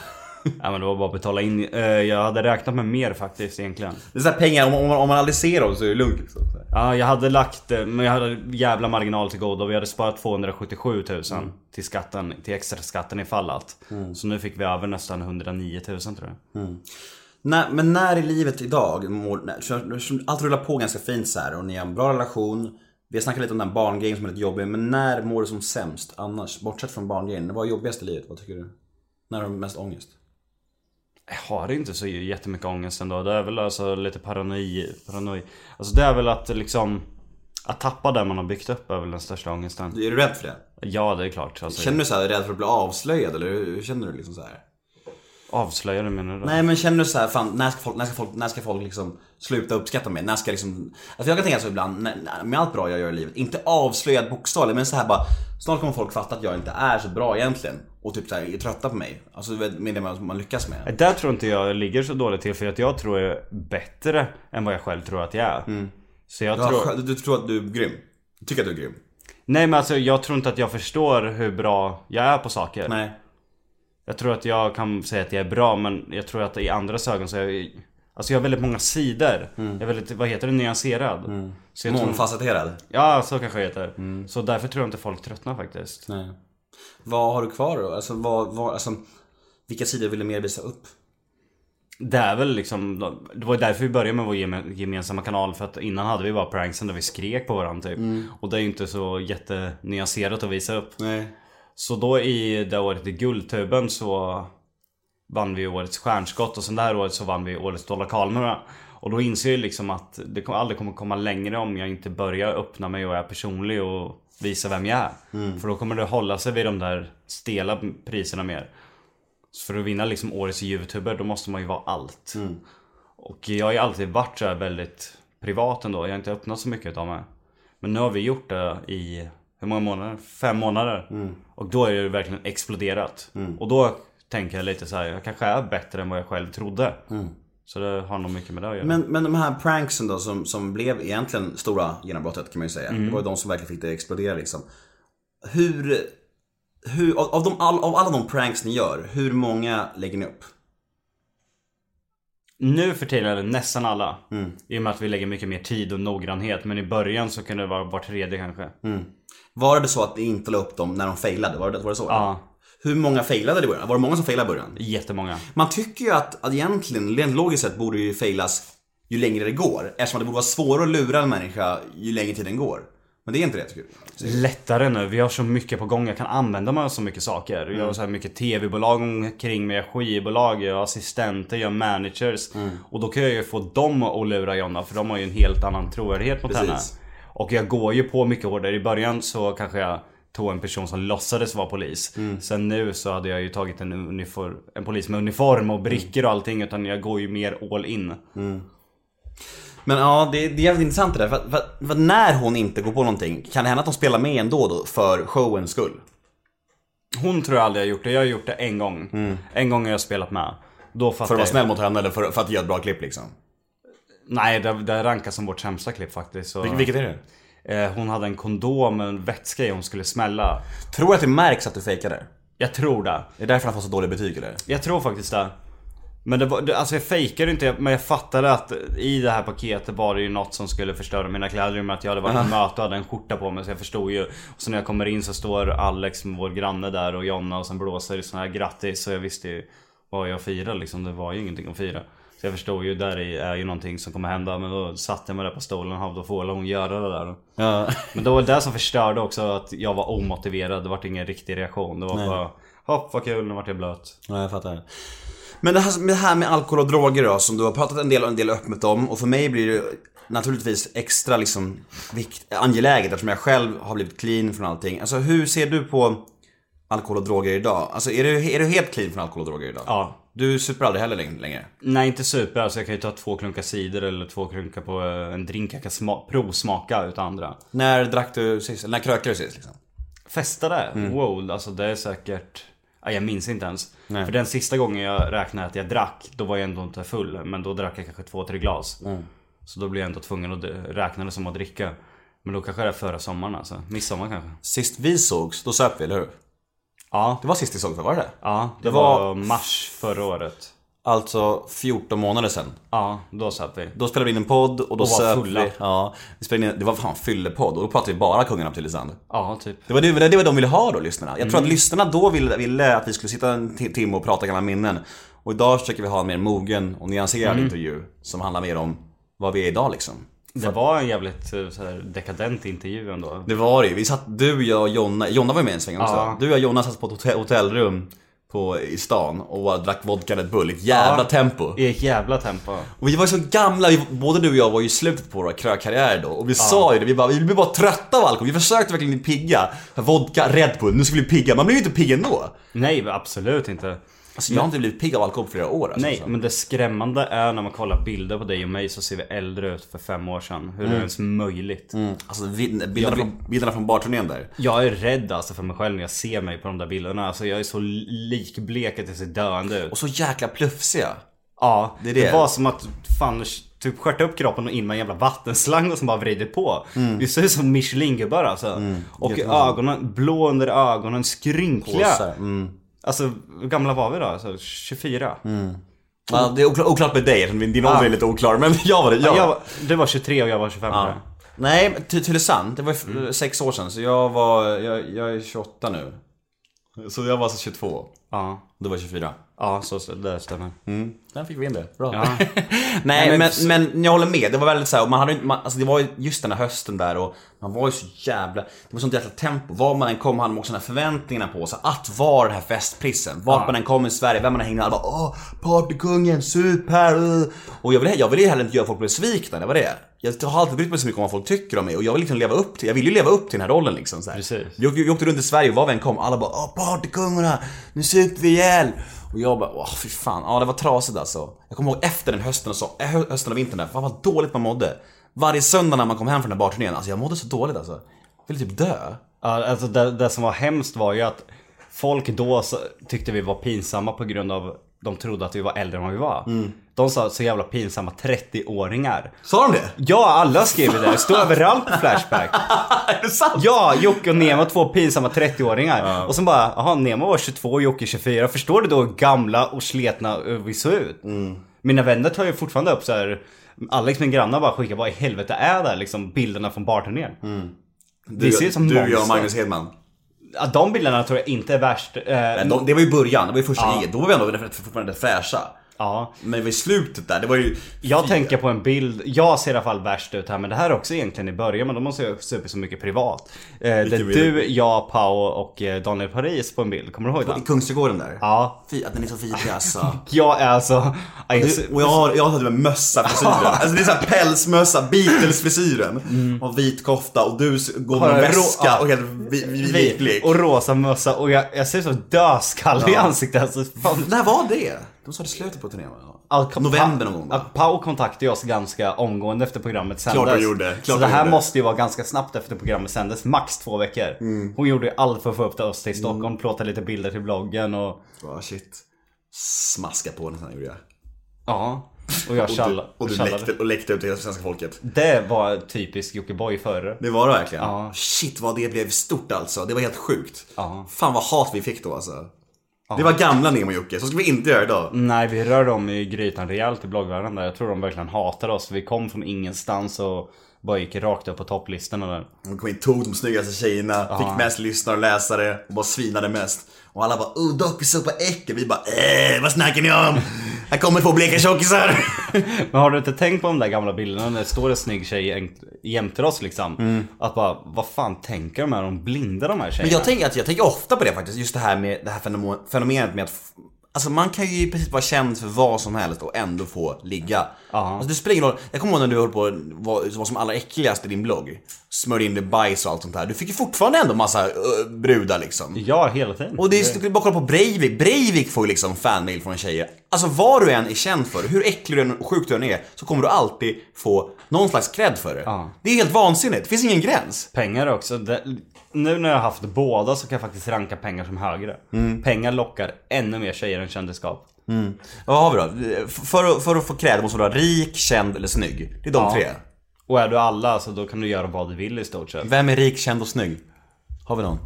Speaker 5: Ja men det var bara att betala in, Eh, jag hade räknat med mer faktiskt egentligen.
Speaker 4: Det är så här pengar, om, om, man, om man aldrig ser dem så är det lugnt liksom. Så här.
Speaker 5: Ja, jag hade lagt, eh, men jag hade jävla marginal till godo. Vi hade sparat 277 000
Speaker 4: Mm.
Speaker 5: till skatten, till extra skatten ifall allt. Så nu fick vi över nästan 109 000 tror jag.
Speaker 4: När, men när i livet idag, mår- när- så- så- allt rullar på ganska fint så här och ni har en bra relation. Vi har snackat lite om den här barngrejen som är lite jobbig, men när mår du som sämst annars? Bortsett från barngrejen, vad är jobbigast i livet? Vad tycker du? När har du mest ångest?
Speaker 5: Jag har inte så jättemycket ångest ändå. Det är väl alltså lite paranoid. paranoid. Alltså det är väl att liksom, att tappa det man har byggt upp är väl den största ångesten.
Speaker 4: Är du rädd för det?
Speaker 5: Ja, det är klart. Alltså,
Speaker 4: Känner du så här, rädd för att bli avslöjad eller hur, hur känner du liksom så här?
Speaker 5: avslöjar du menar du?
Speaker 4: Nej men känner du så här, fan när ska folk, när ska folk, när ska folk liksom sluta uppskatta mig? När ska liksom... Alltså jag kan tänka så ibland, när, när, med allt bra jag gör i livet, inte avslöjad bokstavligen men så här bara Snart kommer folk fatta att jag inte är så bra egentligen och typ så här, är trötta på mig. Alltså du vet, med det man, man lyckas med.
Speaker 5: Där tror inte jag ligger så dåligt till för att jag tror jag är bättre än vad jag själv tror att jag är. Så jag
Speaker 4: Mm. Du, har,
Speaker 5: tror...
Speaker 4: själv- du, du tror att du är grym? Du tycker att du är grym?
Speaker 5: Nej men alltså jag tror inte att jag förstår hur bra jag är på saker.
Speaker 4: Nej.
Speaker 5: Jag tror att jag kan säga att jag är bra men jag tror att i andras ögon så är jag... Alltså jag har väldigt många sidor.
Speaker 4: Mm.
Speaker 5: Jag är väldigt, vad heter det, nyanserad. Så jag tror,
Speaker 4: Mångfacetterad.
Speaker 5: ja, så kanske det heter. Så därför tror jag inte folk tröttnar faktiskt.
Speaker 4: Mm. Nej. Vad har du kvar då? Alltså, vad, vad, alltså, vilka sidor vill du mer visa upp?
Speaker 5: Det är väl liksom, det var ju därför vi började med vår geme- gemensamma kanal för att innan hade vi bara pranksen där vi skrek på varandra typ. Och det är ju inte så jättenyanserat att visa upp.
Speaker 4: Nej.
Speaker 5: Så då i det året i Guldtuben så vann vi årets stjärnskott och sen det här året så vann vi årets Dolda Kalmar. Och då inser jag liksom att det kommer- aldrig kommer komma längre om jag inte börjar öppna mig och är personlig och visa vem jag är. För då kommer det hålla sig vid de där stela priserna mer. Så för att vinna liksom årets youtuber då måste man ju vara allt. Och jag har ju alltid varit så här väldigt privat ändå. Jag har inte öppnat så mycket utav mig. Men nu har vi gjort det i, hur många månader? Fem månader. Och då är det verkligen exploderat. Och då tänker jag lite så här, jag kanske är bättre än vad jag själv trodde. Så det har nog mycket med det att göra.
Speaker 4: Men, men de här pranksen då som, som blev egentligen stora genombrottet kan man ju säga. Det var ju de som verkligen fick det att explodera liksom. Hur, hur av, av, de, all, av alla de pranks ni gör, hur många lägger ni upp?
Speaker 5: Nu för tiden är det nästan alla. I och med att vi lägger mycket mer tid och noggrannhet. Men i början så kunde det vara var tredje kanske.
Speaker 4: Var det så att ni inte la upp dem när de failade? Var det, var det så?
Speaker 5: Ja,
Speaker 4: Hur många failade det i början? Var det många som failade i början?
Speaker 5: jättemånga.
Speaker 4: Man tycker ju att, att egentligen, rent logiskt sett, borde ju failas ju längre det går. Eftersom det borde vara svårare att lura en människa ju längre tiden går. Men det är inte det tycker jag.
Speaker 5: lättare nu. Vi har så mycket på gång. Jag kan använda mig av så mycket saker.
Speaker 4: Mm.
Speaker 5: Jag har så här mycket tv-bolag omkring mig. Jag har skivbolag, jag har assistenter, jag har managers.
Speaker 4: Mm.
Speaker 5: Och då kan jag ju få dem att lura Jonna för de har ju en helt annan trovärdighet mot
Speaker 4: Precis.
Speaker 5: henne. Och jag går ju på mycket hårdare. I början så kanske jag tog en person som låtsades vara polis.
Speaker 4: Mm.
Speaker 5: Sen nu så hade jag ju tagit en, uniform, en polis med uniform
Speaker 4: Mm.
Speaker 5: och brickor och allting. Utan jag går ju mer all in.
Speaker 4: Men ja, det, det är jävligt intressant det där. För, att- för, att- för att när hon inte går på någonting, kan det hända att de spelar med ändå då för showens skull?
Speaker 5: Hon tror jag aldrig jag gjort det. Jag har gjort det en gång. En gång har jag spelat med. Då fattade
Speaker 4: Mm. För att vara
Speaker 5: jag.
Speaker 4: snäll mot henne eller för, för att göra ett bra klipp liksom?
Speaker 5: Nej, det, det rankas som vårt sämsta klipp faktiskt. Så,
Speaker 4: är det?
Speaker 5: eh, hon hade en kondom med en vätska i hon skulle smälla.
Speaker 4: Tror att det märks att du fejkar det?
Speaker 5: Jag tror det.
Speaker 4: Det är därför han får så dåliga betyg eller?
Speaker 5: Jag tror faktiskt det. Men det var, det, alltså jag fejkade inte, men jag fattade att i det här paketet var det ju något som skulle förstöra mina kläder i och med att jag hade varit på möte och hade en skjorta på mig så jag förstod ju. Och så när jag kommer in så står Alex, vår granne där och Jonna och sen blåser det sån här grattis så jag visste ju vad jag firade liksom. Det var ju ingenting att fira. Så jag förstod ju där i är ju någonting som kommer hända men då satte jag mig där på stolen och då får väl hon göra det där.
Speaker 4: Ja.
Speaker 5: Men det var det som förstörde också att jag var omotiverad. Det var ingen riktig reaktion. Det var bara hopp vad kul, nu vart jag blöt.
Speaker 4: Ja, jag fattar. Men det här, det här med alkohol och droger då, som du har pratat en del och en del öppet om. Och för mig blir det naturligtvis extra liksom vikt, angeläget eftersom jag själv har blivit clean från allting. Alltså hur ser du på alkohol och droger idag? Alltså är du, är du helt clean från alkohol och droger idag?
Speaker 5: Ja.
Speaker 4: Du super aldrig heller läng- längre?
Speaker 5: Nej inte super, alltså jag kan ju ta två klunkar cider eller två klunkar på eh, en drink jag kan sma- provsmaka utav andra.
Speaker 4: När drack du sist? Eller när krökade du sist liksom?
Speaker 5: Festade? Wow, alltså det är säkert... Ja, jag minns inte ens. För den sista gången jag räknade att jag drack, då var jag ändå inte full. Men då drack jag kanske två, tre glas. Så då blev jag ändå tvungen att dö- räkna det som att dricka. Men då kanske det är förra sommaren alltså. Midsommar kanske.
Speaker 4: Sist vi sågs, då söp vi, eller hur?
Speaker 5: Ja,
Speaker 4: Det var sist vi sågs, var det det?
Speaker 5: ja det,
Speaker 4: det
Speaker 5: var...
Speaker 4: var- mm,
Speaker 5: mars förra året.
Speaker 4: Alltså 14 månader sedan.
Speaker 5: Ja, då satt vi.
Speaker 4: Då spelade vi in en podd och då
Speaker 5: Och var
Speaker 4: söp
Speaker 5: fulla.
Speaker 4: vi. Ja, vi spelade in, det var fan fyllepodd och då pratade vi bara kungen av Tylösand.
Speaker 5: Ja, typ.
Speaker 4: Det var det, det var de ville ha då, lyssnarna. Jag tror att lyssnarna då ville, ville att vi skulle sitta en ti- timme och prata gamla minnen. Och idag försöker vi ha en mer mogen och nyanserad intervju som handlar mer om vad vi är idag liksom.
Speaker 5: Det var en jävligt eh, så här, dekadent intervju ändå.
Speaker 4: Det var det ju. Vi satt, du, jag och Jonna, Jonna var ju med en sväng också.
Speaker 5: Ja.
Speaker 4: Du, jag och Jonna satt på ett hotell, hotellrum på, i stan och bara drack vodka Red Bull i ett jävla
Speaker 5: Ja.
Speaker 4: tempo.
Speaker 5: I ett jävla tempo.
Speaker 4: Och vi var ju så gamla, vi, både du och jag var ju i slutet på våra krögkarriärer då och vi sa ju det, vi, bara, vi blev bara trötta av alkohol. Vi försökte verkligen bli pigga. Vodka, Red Bull, nu ska vi bli pigga. Man blir ju inte pigg ändå.
Speaker 5: Nej, absolut inte.
Speaker 4: Alltså jag har inte blivit pigg av alkohol på flera år alltså,
Speaker 5: Nej,
Speaker 4: så.
Speaker 5: men det skrämmande är när man kollar bilder på dig och mig så ser vi äldre ut för fem år sedan. Hur är det ens möjligt?
Speaker 4: Alltså vi- bilderna, från, bilderna från barturnén där.
Speaker 5: Jag är rädd alltså för mig själv när jag ser mig på de där bilderna. Alltså jag är så likblek att jag ser döende ut.
Speaker 4: Och så jäkla plufsiga.
Speaker 5: Ja, det,
Speaker 4: det.
Speaker 5: var som att fan typ skärta upp kroppen och in med en jävla vattenslang och som bara vrider på. Det ser ut som Michelin-gubbar alltså. och ögonen, blå under ögonen, skrynkliga.
Speaker 4: Påsar,
Speaker 5: Alltså, hur gamla var vi då? Alltså, 24?
Speaker 4: Ja, det är okla- oklart med dig, eftersom din ålder är lite oklar. Men jag var det. Jag,
Speaker 5: Ja.
Speaker 4: var det.
Speaker 5: Jag, var- du var 23 och jag var 25 tror jag.
Speaker 4: Nej, men till Tylösand. Det var ju f- sex år sedan. Så jag var... Jag, jag är 28 nu. Så jag var alltså 22.
Speaker 5: Ja,
Speaker 4: Du var 24.
Speaker 5: ja så, så det stämmer. Mm.
Speaker 4: Där fick vi in det. Bra.
Speaker 5: Ja.
Speaker 4: Nej, men, men jag håller med. Det var väldigt så här, och man hade inte, man, alltså det var ju just den här hösten där och man var ju så jävla... Det var sånt jävla tempo. Var man än kom hade man också de här förväntningarna på sig. Att vara den här festprissen. Vart man än kom i Sverige, vem man än hängde med, alla bara Åh, partykungen, sup här! uh." Och jag ville, jag ville heller inte göra folk besvikna, det var det. Jag har alltid brytt mig så mycket om vad folk tycker om mig och jag vill liksom leva upp till, jag vill ju leva upp till den här rollen liksom. Så här.
Speaker 5: Precis.
Speaker 4: Jag, jag, jag åkte runt i Sverige och var vi än kom, alla bara Åh, partykungarna, nu super vi ihjäl! Och jag bara, åh fy fan, ja det var trasigt alltså. Jag kommer ihåg efter den hösten och så, äh, hö- hösten och vintern där, fan vad dåligt man mådde. Varje söndag när man kom hem från den här barturnén, alltså jag mådde så dåligt alltså. Jag ville typ dö.
Speaker 5: Ja, alltså det, det som var hemskt var ju att folk då så, tyckte vi var pinsamma på grund av de trodde att vi var äldre än vad vi var. De sa så jävla pinsamma 30-åringar.
Speaker 4: Sa de det?
Speaker 5: Ja, alla skrev ju det. Det Stod överallt på Flashback.
Speaker 4: Är det sant?
Speaker 5: Ja, Jocke och Nemo, två pinsamma 30-åringar. Och sen bara, jaha, Nemo var 22 och Jocke 24. Förstår du då hur gamla och sletna eh, vi såg ut?
Speaker 4: Mm.
Speaker 5: Mina vänner tar ju fortfarande upp så här. Alex, min granne, bara skickar, vad i helvete är det här?" liksom bilderna från barturnén? Vi ser ut som
Speaker 4: Mm. Du, jag och
Speaker 5: monster.
Speaker 4: Magnus Hedman.
Speaker 5: Ja, de bilderna tror jag inte är värst. Eh,
Speaker 4: Men de, det var ju början, det var ju första giget. Då var vi ändå rätt- fortfarande rätt fräscha.
Speaker 5: Ja.
Speaker 4: Men vid slutet där, det var ju...
Speaker 5: Jag tänker på en bild, jag ser i alla fall värst ut här men det här är också egentligen i början men de måste jag ha supit så mycket privat. Eh, det är
Speaker 4: bild?
Speaker 5: du, jag, Pau och eh, Daniel Paris på en bild, kommer du ihåg
Speaker 4: I
Speaker 5: den?
Speaker 4: Kungsträdgården där.
Speaker 5: Ja.
Speaker 4: Fy, att den är så fin alltså.
Speaker 5: Jag är alltså... Ja, jag ser-
Speaker 4: Du, och jag har, jag har typ en mössa frisyren. Alltså det är såhär pälsmössa, Beatles frisyren. Och vit kofta och du s- går med
Speaker 5: Mm. Har
Speaker 4: en
Speaker 5: en rå-
Speaker 4: väska
Speaker 5: ja.
Speaker 4: och helt vi- vi-
Speaker 5: vit
Speaker 4: vitlik.
Speaker 5: och rosa mössa och jag, jag ser ut som dödskalle i ansiktet alltså. Fan,
Speaker 4: När var det? De sa det i slutet på turnén va?
Speaker 5: Ja, kom-
Speaker 4: November någon gång
Speaker 5: Ja,
Speaker 4: va?
Speaker 5: Pau kontaktade oss ganska omgående efter programmet sändes.
Speaker 4: Klart hon gjorde, klart
Speaker 5: så
Speaker 4: hon
Speaker 5: det här
Speaker 4: gjorde.
Speaker 5: måste ju vara ganska snabbt efter programmet sändes, max två veckor. Hon gjorde ju allt för att få upp oss till Stockholm, plåtade lite bilder till bloggen och
Speaker 4: Ja, shit. Smaska på den sen gjorde jag.
Speaker 5: ja. Och jag
Speaker 4: Och du,
Speaker 5: tjallade.
Speaker 4: och du läckte, och läckte ut till hela svenska folket.
Speaker 5: Det var typiskt Jockiboi förr.
Speaker 4: Det var det verkligen.
Speaker 5: Ja.
Speaker 4: Shit vad det blev stort alltså. Det var helt sjukt.
Speaker 5: Ja.
Speaker 4: Fan vad hat vi fick då alltså. Det var gamla Nemo och Jocke, så ska vi inte göra idag.
Speaker 5: Nej, vi rör dem i grytan rejält i bloggvärlden där. Jag tror de verkligen hatar oss. Vi kom från ingenstans och bara gick rakt upp på topplistorna där.
Speaker 4: De kom in, tog de snyggaste tjejerna, fick mest lyssnare och läsare och bara svinade mest. Och alla bara oh dokusåpa äckel. Vi bara eh vad snackar ni om? Här kommer två bleka tjockisar.
Speaker 5: Men har du inte tänkt på de där gamla bilderna när det står en snygg tjej jämt- jämte oss liksom? Att bara, vad fan tänker de här? De blinda de här
Speaker 4: Mm. Men
Speaker 5: tjejerna?
Speaker 4: jag tänker, att, jag tänker ofta på det faktiskt, just det här med det här fenomen- fenomenet med att f- Alltså man kan ju i princip vara känd för vad som helst och ändå få ligga. Alltså det spelar ingen roll. Jag kommer ihåg när du höll på att vara var som allra äckligast i din blogg. Smörjde in dig bajs och allt sånt där. Du fick ju fortfarande ändå massa ö, brudar liksom.
Speaker 5: Ja, hela tiden.
Speaker 4: Och det är så- du kan bara kolla på Breivik. Breivik får ju liksom fanmail från tjejer. Alltså vad du än är känd för, hur äcklig du än och sjuk du än är, så kommer du alltid få någon slags cred för det.
Speaker 5: Ja.
Speaker 4: Det är helt vansinnigt, det finns ingen gräns.
Speaker 5: Pengar också. Det, nu när jag har haft båda så kan jag faktiskt ranka pengar som högre.
Speaker 4: Mm.
Speaker 5: Pengar lockar ännu mer tjejer än kändisskap.
Speaker 4: Vad har vi då? F- För, att- för att få cred måste du vara rik, känd eller snygg. Det är de tre.
Speaker 5: Och är du alla så då kan du göra vad du vill i stort sett.
Speaker 4: Vem är rik, känd och snygg? Har vi någon?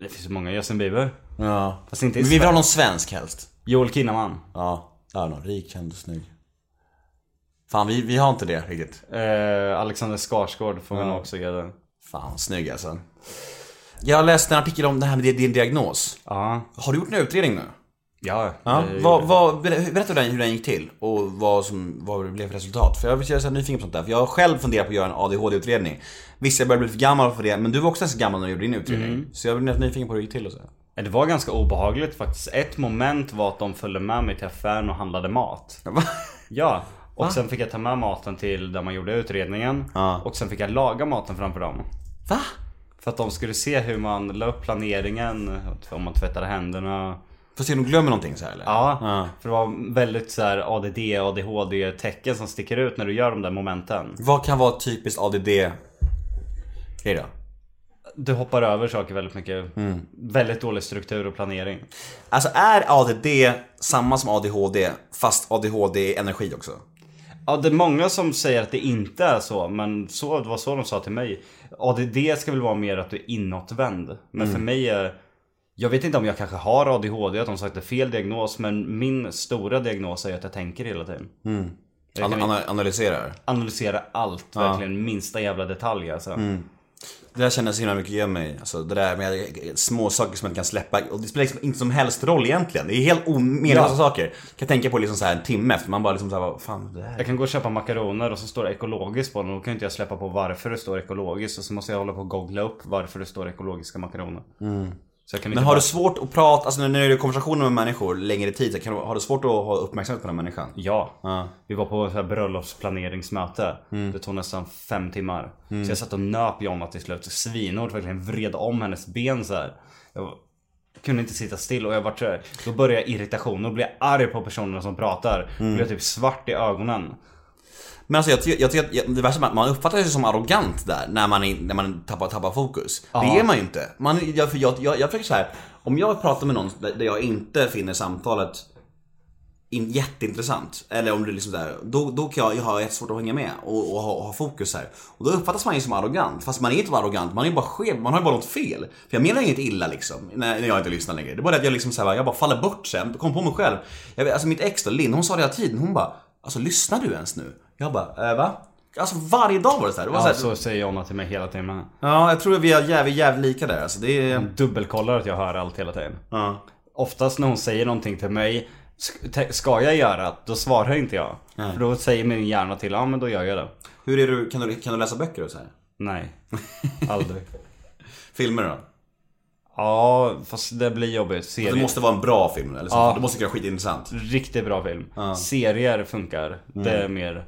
Speaker 5: Det finns ju många. Justin Bieber.
Speaker 4: Ja.
Speaker 5: Fast inte i
Speaker 4: Men vi vill
Speaker 5: Sverige.
Speaker 4: ha någon svensk helst.
Speaker 5: Joel Kinnaman.
Speaker 4: Ja, ja någon rik, känd och snygg. Fan, vi, vi har inte det riktigt.
Speaker 5: Eh, Alexander Skarsgård får man också ge den.
Speaker 4: Fan, vad snygg alltså. Jag läste en artikel om det här med din- din diagnos.
Speaker 5: Ja.
Speaker 4: Har du gjort en utredning nu?
Speaker 5: Ja.
Speaker 4: Ja.
Speaker 5: det-
Speaker 4: Vad, vad, ber- berätta hur den, hur den gick till och vad, som, vad det blev för resultat. För jag vill- jag är så här nyfiken på sånt där. För jag har själv funderat på att göra en ADHD-utredning. Visst, jag börjar bli för gammal för det, men du var också ganska gammal när du gjorde din utredning.
Speaker 5: Mm.
Speaker 4: Så jag blir nästan nyfiken på hur det gick till och så.
Speaker 5: Ja, Det var ganska obehagligt faktiskt. Ett moment var att de följde med mig till affären och handlade mat. Ja. Och sen fick jag ta med maten till där man gjorde utredningen. Och sen fick jag laga maten framför dem.
Speaker 4: Va?
Speaker 5: För att de skulle se hur man la upp planeringen, om man tvättade händerna.
Speaker 4: Får se om de glömmer någonting så här eller?
Speaker 5: Ja, för det var väldigt så här ADD, ADHD tecken som sticker ut när du gör de där momenten.
Speaker 4: Vad kan vara typiskt ADD? Grej då?
Speaker 5: Du hoppar över saker väldigt mycket. Väldigt dålig struktur och planering.
Speaker 4: Alltså är ADD samma som ADHD fast ADHD är energi också?
Speaker 5: Ja, det är många som säger att det inte är så, men så, det var så de sa till mig. ADD ska väl vara mer att du är inåtvänd. Men för mig är... Jag vet inte om jag kanske har ADHD, att de sagt det är fel diagnos, men min stora diagnos är att jag tänker hela tiden. Jag
Speaker 4: An-
Speaker 5: kan
Speaker 4: ana- analyserar.
Speaker 5: analysera allt, verkligen minsta jävla detalj alltså.
Speaker 4: Det där känner jag så himla mycket igen mig. Alltså, det där med små saker som man kan släppa. Och det spelar liksom inte som helst roll egentligen. Det är helt omeningslösa saker. Jag kan tänka på liksom så här en timme efter. Man bara liksom så här, vad fan det här.
Speaker 5: Jag kan gå och köpa makaroner och så står det ekologiskt på dem. Då kan inte jag släppa på varför det står ekologiskt. Och så måste jag hålla på och googla upp varför det står ekologiska makaroner. Så jag kan inte
Speaker 4: Mm. Men har
Speaker 5: bara...
Speaker 4: du svårt att prata, alltså när när du har konversationer med människor längre tid, så kan du, har du svårt att ha uppmärksamhet på den här människan?
Speaker 5: Ja.
Speaker 4: Ja. Mm.
Speaker 5: Vi var på ett så här bröllopsplaneringsmöte. Det tog nästan fem timmar. Så jag satt och nöp Jonna till slut. Svinhårt verkligen vred om hennes ben så här. Jag var- kunde inte sitta still och jag vart så här- Då började jag irritation. Då blev jag arg på personerna som pratar.
Speaker 4: Mm.
Speaker 5: Då blev jag typ svart i ögonen.
Speaker 4: Men alltså jag tycker, jag tycker att jag- det värsta är att man uppfattar sig som arrogant där när man, är, när man tappar, tappar fokus. Det är man ju inte. Man, jag, för jag, jag, jag försöker så här. om jag pratar med någon där där jag inte finner samtalet in, jätteintressant, eller om det liksom där, då, då kan jag, jag ha jättesvårt att hänga med och, och, ha, ha fokus här. Och då uppfattas man ju som arrogant, fast man är inte arrogant, man är bara skev, man har ju bara något fel. För jag menar inget illa liksom, när, när jag inte lyssnar längre. Det är bara det att jag liksom så här, jag bara faller bort sen, kom på mig själv. Jag, vet, alltså mitt ex då, Linn, hon sa det hela tiden, hon bara Alltså lyssnar du ens nu? Jag bara, äh, va? Alltså varje dag var det så här. Det var
Speaker 5: Ja,
Speaker 4: så här
Speaker 5: så säger Jonna till mig hela tiden.
Speaker 4: ja, jag tror att vi är jävligt, jävligt lika där alltså. Det är...
Speaker 5: Dubbelkollar att jag hör allt hela tiden.
Speaker 4: Ja.
Speaker 5: Oftast när hon säger någonting till mig sk- te- Ska jag göra det? Då svarar inte jag. För då säger min hjärna till, ja men då gör jag det.
Speaker 4: Hur är du, kan du, kan du läsa böcker och så här?
Speaker 5: Nej, aldrig.
Speaker 4: Filmer då?
Speaker 5: Ja, fast det blir jobbigt. Serier,
Speaker 4: Det måste vara en bra film eller så.
Speaker 5: Ja.
Speaker 4: Det måste vara skitintressant.
Speaker 5: Riktigt bra film. Serier funkar. Det
Speaker 4: Mm.
Speaker 5: är mer...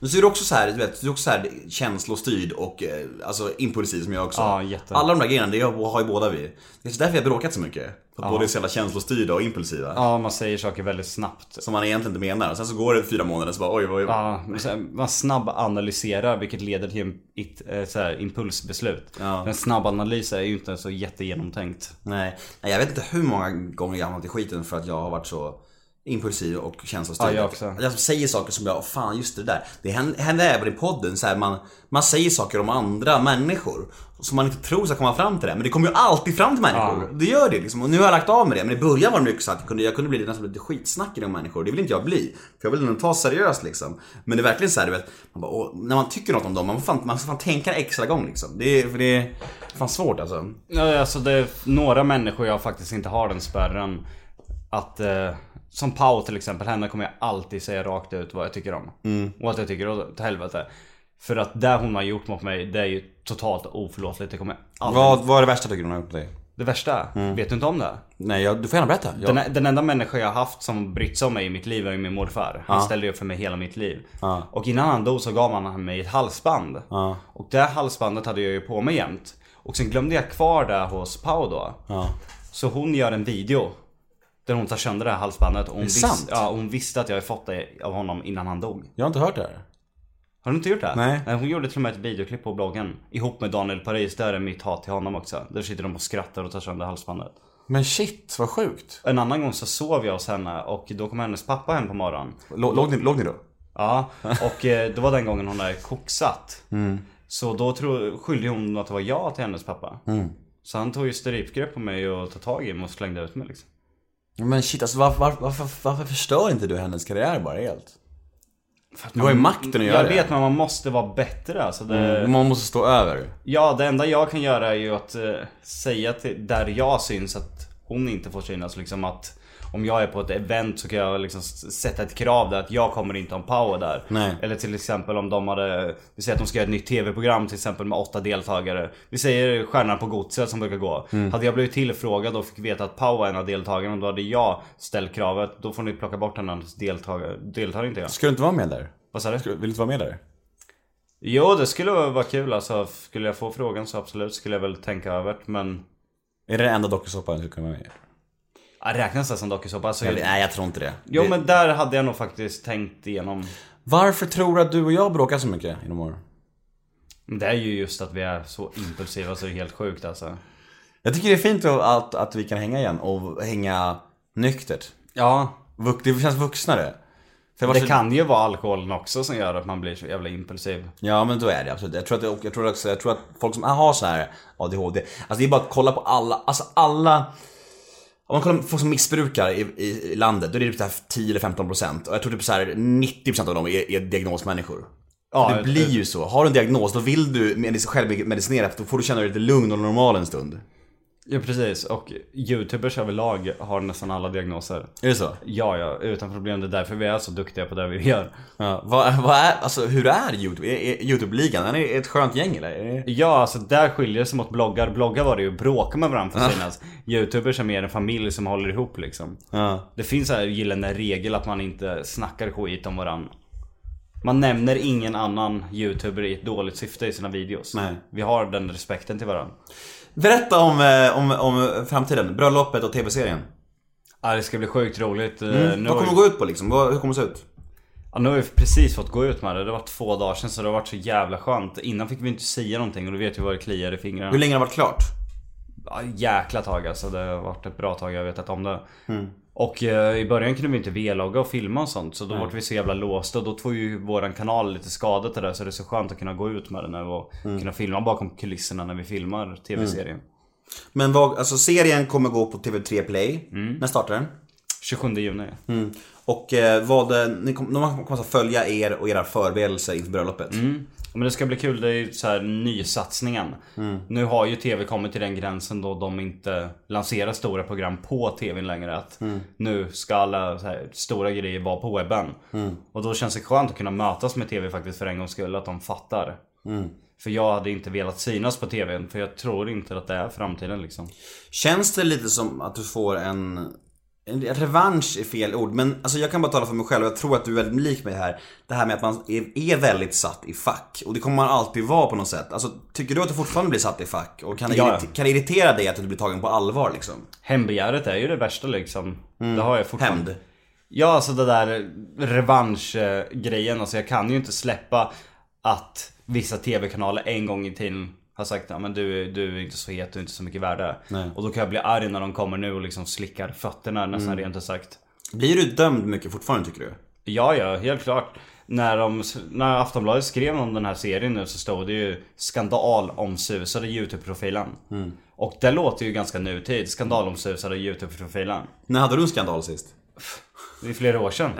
Speaker 4: Men så är du också så här, du vet, du är också så här känslostyrd och eh, alltså impulsiv som jag också.
Speaker 5: Ja, jätte.
Speaker 4: Alla de där grejerna, det har har ju båda vi. Det är kanske därför vi har bråkat så mycket. För att båda är så jävla känslostyrda och impulsiva.
Speaker 5: Ja, man säger saker väldigt snabbt.
Speaker 4: Som man egentligen inte menar. Och sen så går det fyra månader så bara oj, oj, oj.
Speaker 5: Ja, men så här, man snabb analyserar vilket leder till en, ett, eh, så här, impulsbeslut. En snabb analys är ju inte så jättegenomtänkt.
Speaker 4: Nej. Nej, jag vet inte hur många gånger jag har hamnat i skiten för att jag har varit så impulsiv och känslostyrd.
Speaker 5: Ja, jag också.
Speaker 4: jag säger saker som jag, fan just det där. Det händer, händer även i podden, så här, man, man säger saker om andra människor som man inte tror ska komma fram till det. Men det kommer ju alltid fram till människor. Det gör det liksom. Och nu har jag lagt av med det. Men i början var det mycket så att jag kunde, jag kunde bli nästan lite skitsnackig om människor. Det vill inte jag bli. För jag vill ändå ta seriöst liksom. Men det är verkligen så här, du vet. Man bara, åh, när man tycker något om dem, man, får fan, man ska fan tänka en extra gång liksom. Det är, för det är fan svårt alltså.
Speaker 5: Ja, alltså det är några människor jag faktiskt inte har den spärren. Att, eh, som Pau till exempel, henne kommer jag alltid säga rakt ut vad jag tycker om. Och att jag tycker åt åt helvete. För att det hon har gjort mot mig, det är ju totalt oförlåtligt. Det kommer jag aldrig...
Speaker 4: Vad, vad är det värsta tycker du hon har gjort på dig?
Speaker 5: Det värsta, vet du inte om det?
Speaker 4: Nej, jag, du får gärna berätta. Jag,
Speaker 5: Den, den enda människa jag har haft som brytt sig om mig i mitt liv är ju min morfar. Han ställde upp för mig hela mitt liv. Och innan han dog så gav han mig ett halsband. Och det halsbandet hade jag ju på mig jämt. Och sen glömde jag kvar det hos Pau då. Så hon gör en video. Där hon tar sönder det här halsbandet. Och hon, vis-
Speaker 4: sant?
Speaker 5: ja, hon visste att jag hade fått det av honom innan han dog.
Speaker 4: jag har inte hört det här.
Speaker 5: Har du inte gjort det?
Speaker 4: Nej.
Speaker 5: Hon gjorde till och med ett videoklipp på bloggen. Ihop med Daniel Paris. Där är mitt hat till honom också. Där sitter de och skrattar och tar sönder halsbandet.
Speaker 4: Men shit, vad sjukt.
Speaker 5: En annan gång så sov jag hos henne och då kom hennes pappa hem på morgonen.
Speaker 4: Lå- Låg ni, låg ni då?
Speaker 5: Ja, och eh, det var den gången hon hade koksat. Så då tro, skyllde hon att det var jag till hennes pappa. Så han tog ju strypgrepp på mig och tog tag i mig och slängde ut mig liksom.
Speaker 4: Men shit, alltså varför, varför, varför, varför förstör inte du hennes karriär bara helt?
Speaker 5: För att
Speaker 4: Du har ju
Speaker 5: man-
Speaker 4: makten att göra
Speaker 5: Jag vet
Speaker 4: det.
Speaker 5: men man måste vara bättre alltså. Det,
Speaker 4: Man måste stå över.
Speaker 5: Ja, det enda jag kan göra är ju att eh, säga till, där jag syns att hon inte får synas. Liksom att om jag är på ett event så kan jag liksom s- sätta ett krav där att jag kommer inte om power där.
Speaker 4: Nej.
Speaker 5: Eller till exempel om de hade, vi säger att de ska göra ett nytt TV-program till exempel med åtta deltagare. Vi säger Stjärnan på godset som brukar gå. Hade jag blivit tillfrågad och fick veta att Pau är en av deltagarna och då hade jag ställt kravet. Då får ni plocka bort henne, annars deltagar, deltar inte jag.
Speaker 4: Ska du inte vara med där?
Speaker 5: Vad sa du?
Speaker 4: Vill du inte vara med där?
Speaker 5: Jo, det skulle vara kul alltså. Skulle jag få frågan så absolut skulle jag väl tänka över det, men...
Speaker 4: Är det den enda dokusåpan du skulle kunna vara med i?
Speaker 5: Ja, räknas det som dokusåpa? Alltså,
Speaker 4: Nej, jag tror inte det.
Speaker 5: jo
Speaker 4: Det-
Speaker 5: men där hade jag nog faktiskt tänkt igenom.
Speaker 4: Varför tror du att du och jag bråkar så mycket inom år?
Speaker 5: Men Det är ju just att vi är så impulsiva så det är helt sjukt alltså.
Speaker 4: Jag tycker det är fint att, att, att vi kan hänga igen och hänga nyktert.
Speaker 5: Ja.
Speaker 4: Vux- Det känns vuxnare. För jag var
Speaker 5: Det
Speaker 4: så-
Speaker 5: kan ju vara alkoholen också som gör att man blir så jävla impulsiv.
Speaker 4: Ja men då är det absolut. Jag tror, att, det- och jag tror, också, jag tror att folk som har så här ADHD, alltså det är bara att kolla på alla, alltså alla om man kollar på folk som missbrukar i, i, i landet, då är det typ så här 10 eller 15 procent. Och jag tror typ så här 90 procent av dem är, är diagnosmänniskor. Ja, det
Speaker 5: jag-
Speaker 4: blir ju så. Har du en diagnos, då vill du medic- självmedicinera, för då får du känna dig lite lugn och normal en stund.
Speaker 5: Ja precis, och youtubers överlag har nästan alla diagnoser.
Speaker 4: Är det så?
Speaker 5: Ja, ja, utan problem. Det är därför vi är så duktiga på det vi gör.
Speaker 4: Ja. Vad, vad är, alltså hur är YouTube? Är, är YouTube-ligan, är det ett skönt gäng eller? Är det...
Speaker 5: Ja, alltså där skiljer det sig mot bloggar. Bloggar var det ju bråka med varandra för senast. Youtubers är mer en familj som håller ihop liksom.
Speaker 4: Ja.
Speaker 5: Det finns här gyllene regel att man inte snackar skit om varandra. Man nämner ingen annan youtuber i ett dåligt syfte i sina videos.
Speaker 4: Nej.
Speaker 5: Vi har den respekten till varandra.
Speaker 4: Berätta om, eh, om, om framtiden, bröllopet och tv-serien.
Speaker 5: Ja, det ska bli sjukt roligt. Eh, Nu,
Speaker 4: Vad
Speaker 5: har
Speaker 4: kommer
Speaker 5: vi,
Speaker 4: det gå ut på liksom? Vad, hur kommer det se ut?
Speaker 5: ja, nu har vi precis fått gå ut med det. Det var två dagar sedan så det har varit så jävla skönt. Innan fick vi inte säga någonting och du vet ju vad det kliar i fingrarna.
Speaker 4: Hur länge har det varit klart?
Speaker 5: Ja, jäkla tag alltså. Det har varit ett bra tag jag vetat om det. Och eh, i början kunde vi inte vlogga och filma och sånt. Så då vart vi så jävla låsta. Då tog ju våran kanal lite skadat det där. Så det är så skönt att kunna gå ut med det nu och kunna filma bakom kulisserna när vi filmar tv-serien.
Speaker 4: Men vad, alltså serien kommer gå på TV3 Play. När startar den?
Speaker 5: 27 juni.
Speaker 4: Och eh, vad, eh, ni kom, de kommer alltså följa er och era förberedelser inför bröllopet.
Speaker 5: Men det ska bli kul. Det är ju så här nysatsningen. Nu har ju tv kommit till den gränsen då de inte lanserar stora program på tvn längre. Att Nu ska alla så här stora grejer vara på webben. Och då känns det skönt att kunna mötas med tv faktiskt för en gångs skull. Att de fattar. För jag hade inte velat synas på tvn. För jag tror inte att det är framtiden liksom.
Speaker 4: Känns det lite som att du får en, en revansch är fel ord, men alltså jag kan bara tala för mig själv och jag tror att du är väldigt lik mig här. Det här med att man är, är väldigt satt i fack och det kommer man alltid vara på något sätt. Alltså tycker du att du fortfarande blir satt i fack och kan, det
Speaker 5: Ja.
Speaker 4: irrit- kan det irritera dig att du blir tagen på allvar liksom?
Speaker 5: Hembegäret är ju det värsta liksom. Det har jag fortfarande.
Speaker 4: Hämnd.
Speaker 5: Ja, alltså det där revanschgrejen. Alltså jag kan ju inte släppa att vissa tv-kanaler en gång i tiden har sagt att men du, du är inte så het, du är inte så mycket värde. Och då kan jag bli arg när de kommer nu och liksom slickar fötterna nästan rent ut sagt.
Speaker 4: Blir du dömd mycket fortfarande tycker du?
Speaker 5: Ja, ja, helt klart. När, de, när Aftonbladet skrev om den här serien nu så stod det ju skandalomsusade YouTube-profilen. Och det låter ju ganska nutid, skandalomsusade YouTube-profilen.
Speaker 4: När hade du en skandal sist?
Speaker 5: Det är flera år sedan.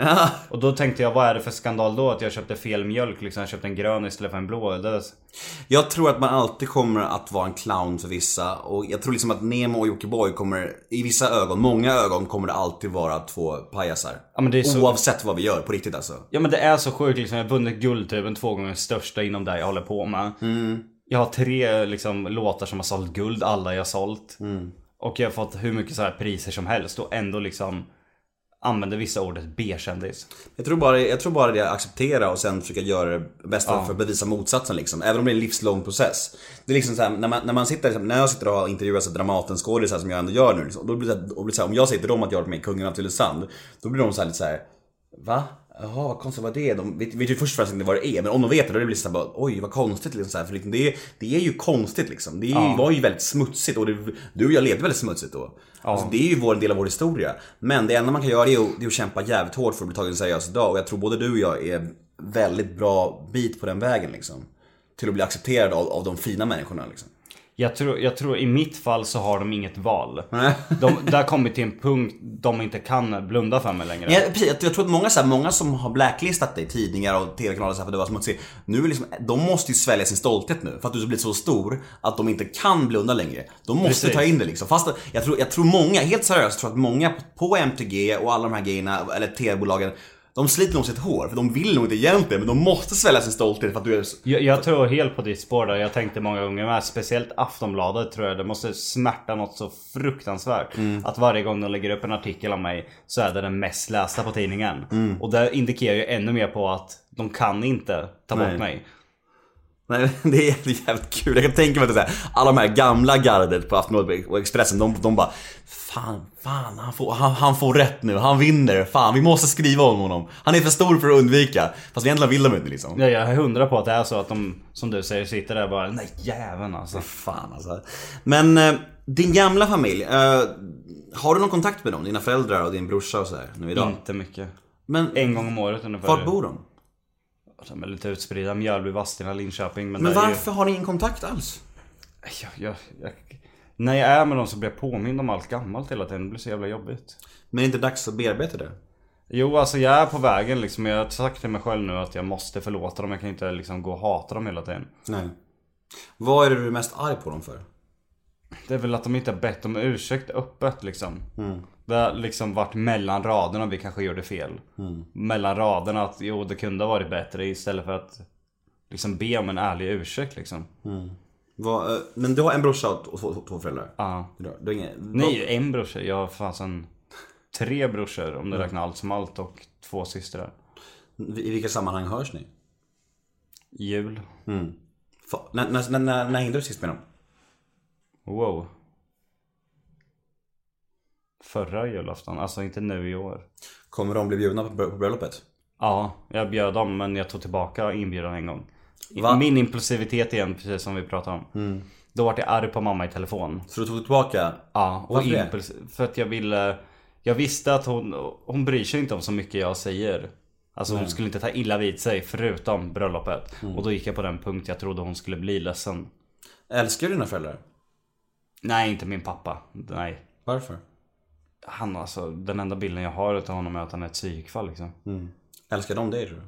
Speaker 5: Och då tänkte jag, vad är det för skandal då? Att jag köpte fel mjölk liksom. Jag köpte en grön istället för en blå. Det,
Speaker 4: Jag tror att man alltid kommer att vara en clown för vissa och jag tror liksom att Nemo och Jockiboi kommer, i vissa ögon, många ögon kommer det alltid vara två pajasar.
Speaker 5: Ja, men det är så-
Speaker 4: Oavsett vad vi gör, på riktigt alltså.
Speaker 5: ja men det är så sjukt liksom. Jag har vunnit Guldtuben två gånger, största inom det jag håller på med. Jag har tre liksom låtar som har sålt guld, alla jag har sålt. Och jag har fått hur mycket så här priser som helst och ändå liksom använder vissa ordet B-kändis.
Speaker 4: Jag tror bara, jag tror bara det är att acceptera och sen försöka göra det bästa för att bevisa motsatsen liksom. Även om det är en livslång process. Det är liksom så här, när, man, när man sitter, liksom, när jag sitter och intervjuar så här Dramatenskådisar som jag ändå gör nu. Liksom, då blir det, och blir det så här, om jag säger till dem att jag har varit med i Kungen av Tylösand. Då blir de så här lite så här. Va? Jaha, vad konstigt vad det är. De vet, vet ju först och främst inte vad det är. Men om de vet det då blir det så här, bara, oj vad konstigt. Liksom, så här, för liksom, det, är, det är ju konstigt liksom. Det är, ju- var ju väldigt smutsigt och det, du och jag levde väldigt smutsigt då. Alltså, det är ju vår, en del av vår historia. Men det enda man kan göra är att, det är att kämpa jävligt hårt för att bli tagen seriöst idag. Och jag tror både du och jag är väldigt bra bit på den vägen liksom. Till att bli accepterad av, av de fina människorna liksom.
Speaker 5: Jag tror, jag tror i mitt fall så har de inget val. De, där kommer till en punkt de inte kan blunda för mig längre.
Speaker 4: Men jag, precis, jag- jag tror att många, så här, många som har blacklistat dig i tidningar och tv-kanaler så här för att du var smutsig. Nu är liksom, de måste ju svälja sin stolthet nu för att du har blivit så stor att de inte kan blunda längre. De måste
Speaker 5: Precis.
Speaker 4: ta in det liksom. Fast jag tror, jag tror många, helt seriöst, tror att många på MTG och alla de här grejerna, eller tv-bolagen, de sliter nog sitt hår för de vill nog inte egentligen men de måste svälja sin stolthet för att du är...
Speaker 5: Jag, jag tror helt på ditt spår där. Jag tänkte många gånger med. Speciellt Aftonbladet tror jag. Det måste smärta något så fruktansvärt.
Speaker 4: Mm.
Speaker 5: Att varje gång de lägger upp en artikel om mig så är det den mest lästa på tidningen.
Speaker 4: Mm.
Speaker 5: Och det indikerar ju ännu mer på att de kan inte ta bort mig.
Speaker 4: Nej, det är jävligt, jävligt kul. Jag kan tänka mig att det är så här, alla de här gamla gardet på Aftonbladet och Expressen, de, de bara Fan, fan, han får, han, han får rätt nu, han vinner, fan vi måste skriva om honom. Han är för stor för att undvika. Fast egentligen vill de inte liksom.
Speaker 5: Ja, jag är hundra på att det är så att de, som du säger, sitter där och bara Nej jäveln alltså.
Speaker 4: Fan alltså. Men eh, din gamla
Speaker 5: Mm.
Speaker 4: familj, eh, har du någon kontakt med dem? Dina föräldrar och din brorsa och sådär nu idag?
Speaker 5: Inte mycket.
Speaker 4: Men
Speaker 5: En gång om året ungefär.
Speaker 4: var bor de?
Speaker 5: De är lite utspridda. Mjölby, Vadstena, Linköping. Men,
Speaker 4: Men
Speaker 5: det är ju-
Speaker 4: varför har ni ingen kontakt alls?
Speaker 5: Jag, jag, jag, när jag är med dem så blir jag påmind om allt gammalt hela tiden. Det blir så jävla jobbigt.
Speaker 4: Men är det inte dags att bearbeta det?
Speaker 5: Jo, alltså jag är på vägen liksom. Jag har sagt till mig själv nu att jag måste förlåta dem. Jag kan inte liksom gå och hata dem hela tiden.
Speaker 4: Nej. Vad är det du är mest arg på dem för?
Speaker 5: Det är väl att de inte har bett om ursäkt öppet liksom. Det har liksom varit mellan raderna vi kanske gjorde fel. Mellan raderna att jo, det kunde ha varit bättre istället för att liksom be om en ärlig ursäkt liksom.
Speaker 4: Vad, eh, men du har en brorsa och två, två, två föräldrar?
Speaker 5: Ja.
Speaker 4: Du har- Du har ingen,
Speaker 5: Nej, en brorsa. Jag har fasen tre brorsor om du räknar allt som allt och två systrar.
Speaker 4: I vilka sammanhang hörs ni?
Speaker 5: Jul.
Speaker 4: Fa- När, när, när, när, när hängde du sist med dem?
Speaker 5: Wow. Förra julafton, alltså inte nu i år.
Speaker 4: Kommer de bli bjudna på, br- på bröllopet?
Speaker 5: Ja, jag bjöd dem men jag tog tillbaka inbjudan en gång.
Speaker 4: Va? Mm.
Speaker 5: Min impulsivitet igen, precis som vi pratade om. Då vart jag arg på mamma i telefon.
Speaker 4: Så du tog tillbaka?
Speaker 5: Ja, och
Speaker 4: Varför det?
Speaker 5: impuls, för att jag ville... Jag visste att hon, hon bryr sig inte om så mycket jag säger. Alltså hon skulle inte ta illa vid sig förutom bröllopet.
Speaker 4: Mm.
Speaker 5: Och då gick jag på den punkt jag trodde hon skulle bli ledsen.
Speaker 4: Älskar du dina föräldrar?
Speaker 5: Nej, inte min pappa. Nej.
Speaker 4: Varför?
Speaker 5: Han alltså, den enda bilden jag har utav honom är att han är ett psykfall liksom.
Speaker 4: Älskar de dig tror du?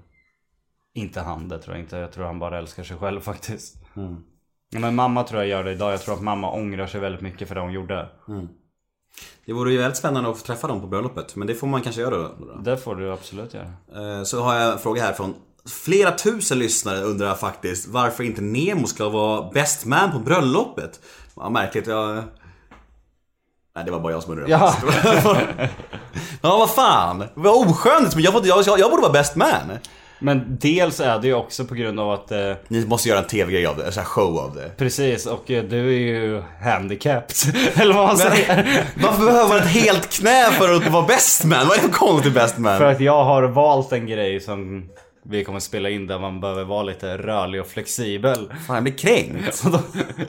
Speaker 5: Inte han, det tror jag inte. Jag tror han bara älskar sig själv faktiskt. Ja, men mamma tror jag gör det idag. Jag tror att mamma ångrar sig väldigt mycket för det hon gjorde.
Speaker 4: Det vore ju väldigt spännande att få träffa dem på bröllopet, men det får man kanske göra då. då.
Speaker 5: Det får du absolut göra.
Speaker 4: Eh, Så har jag en fråga här från Flera tusen lyssnare undrar faktiskt varför inte Nemo ska vara best man på bröllopet. Vad märkligt, jag... Nej, det var bara jag som undrade.
Speaker 5: Ja.
Speaker 4: ja, vad fan! Vad oskönt! Men jag, borde- jag, jag, jag borde vara best man.
Speaker 5: Men dels är det ju också på grund av att eh,
Speaker 4: Ni måste göra en TV-grej av det, alltså en sån här show av det.
Speaker 5: Precis och eh, du är ju handicapped. Eller vad man säger.
Speaker 4: Varför behöver man ett helt knä för att vara best man? Vad är det för konstigt best man?
Speaker 5: För att jag har valt en grej som vi kommer spela in där man behöver vara lite rörlig och flexibel.
Speaker 4: Fan, jag blir kränkt.
Speaker 5: Så då,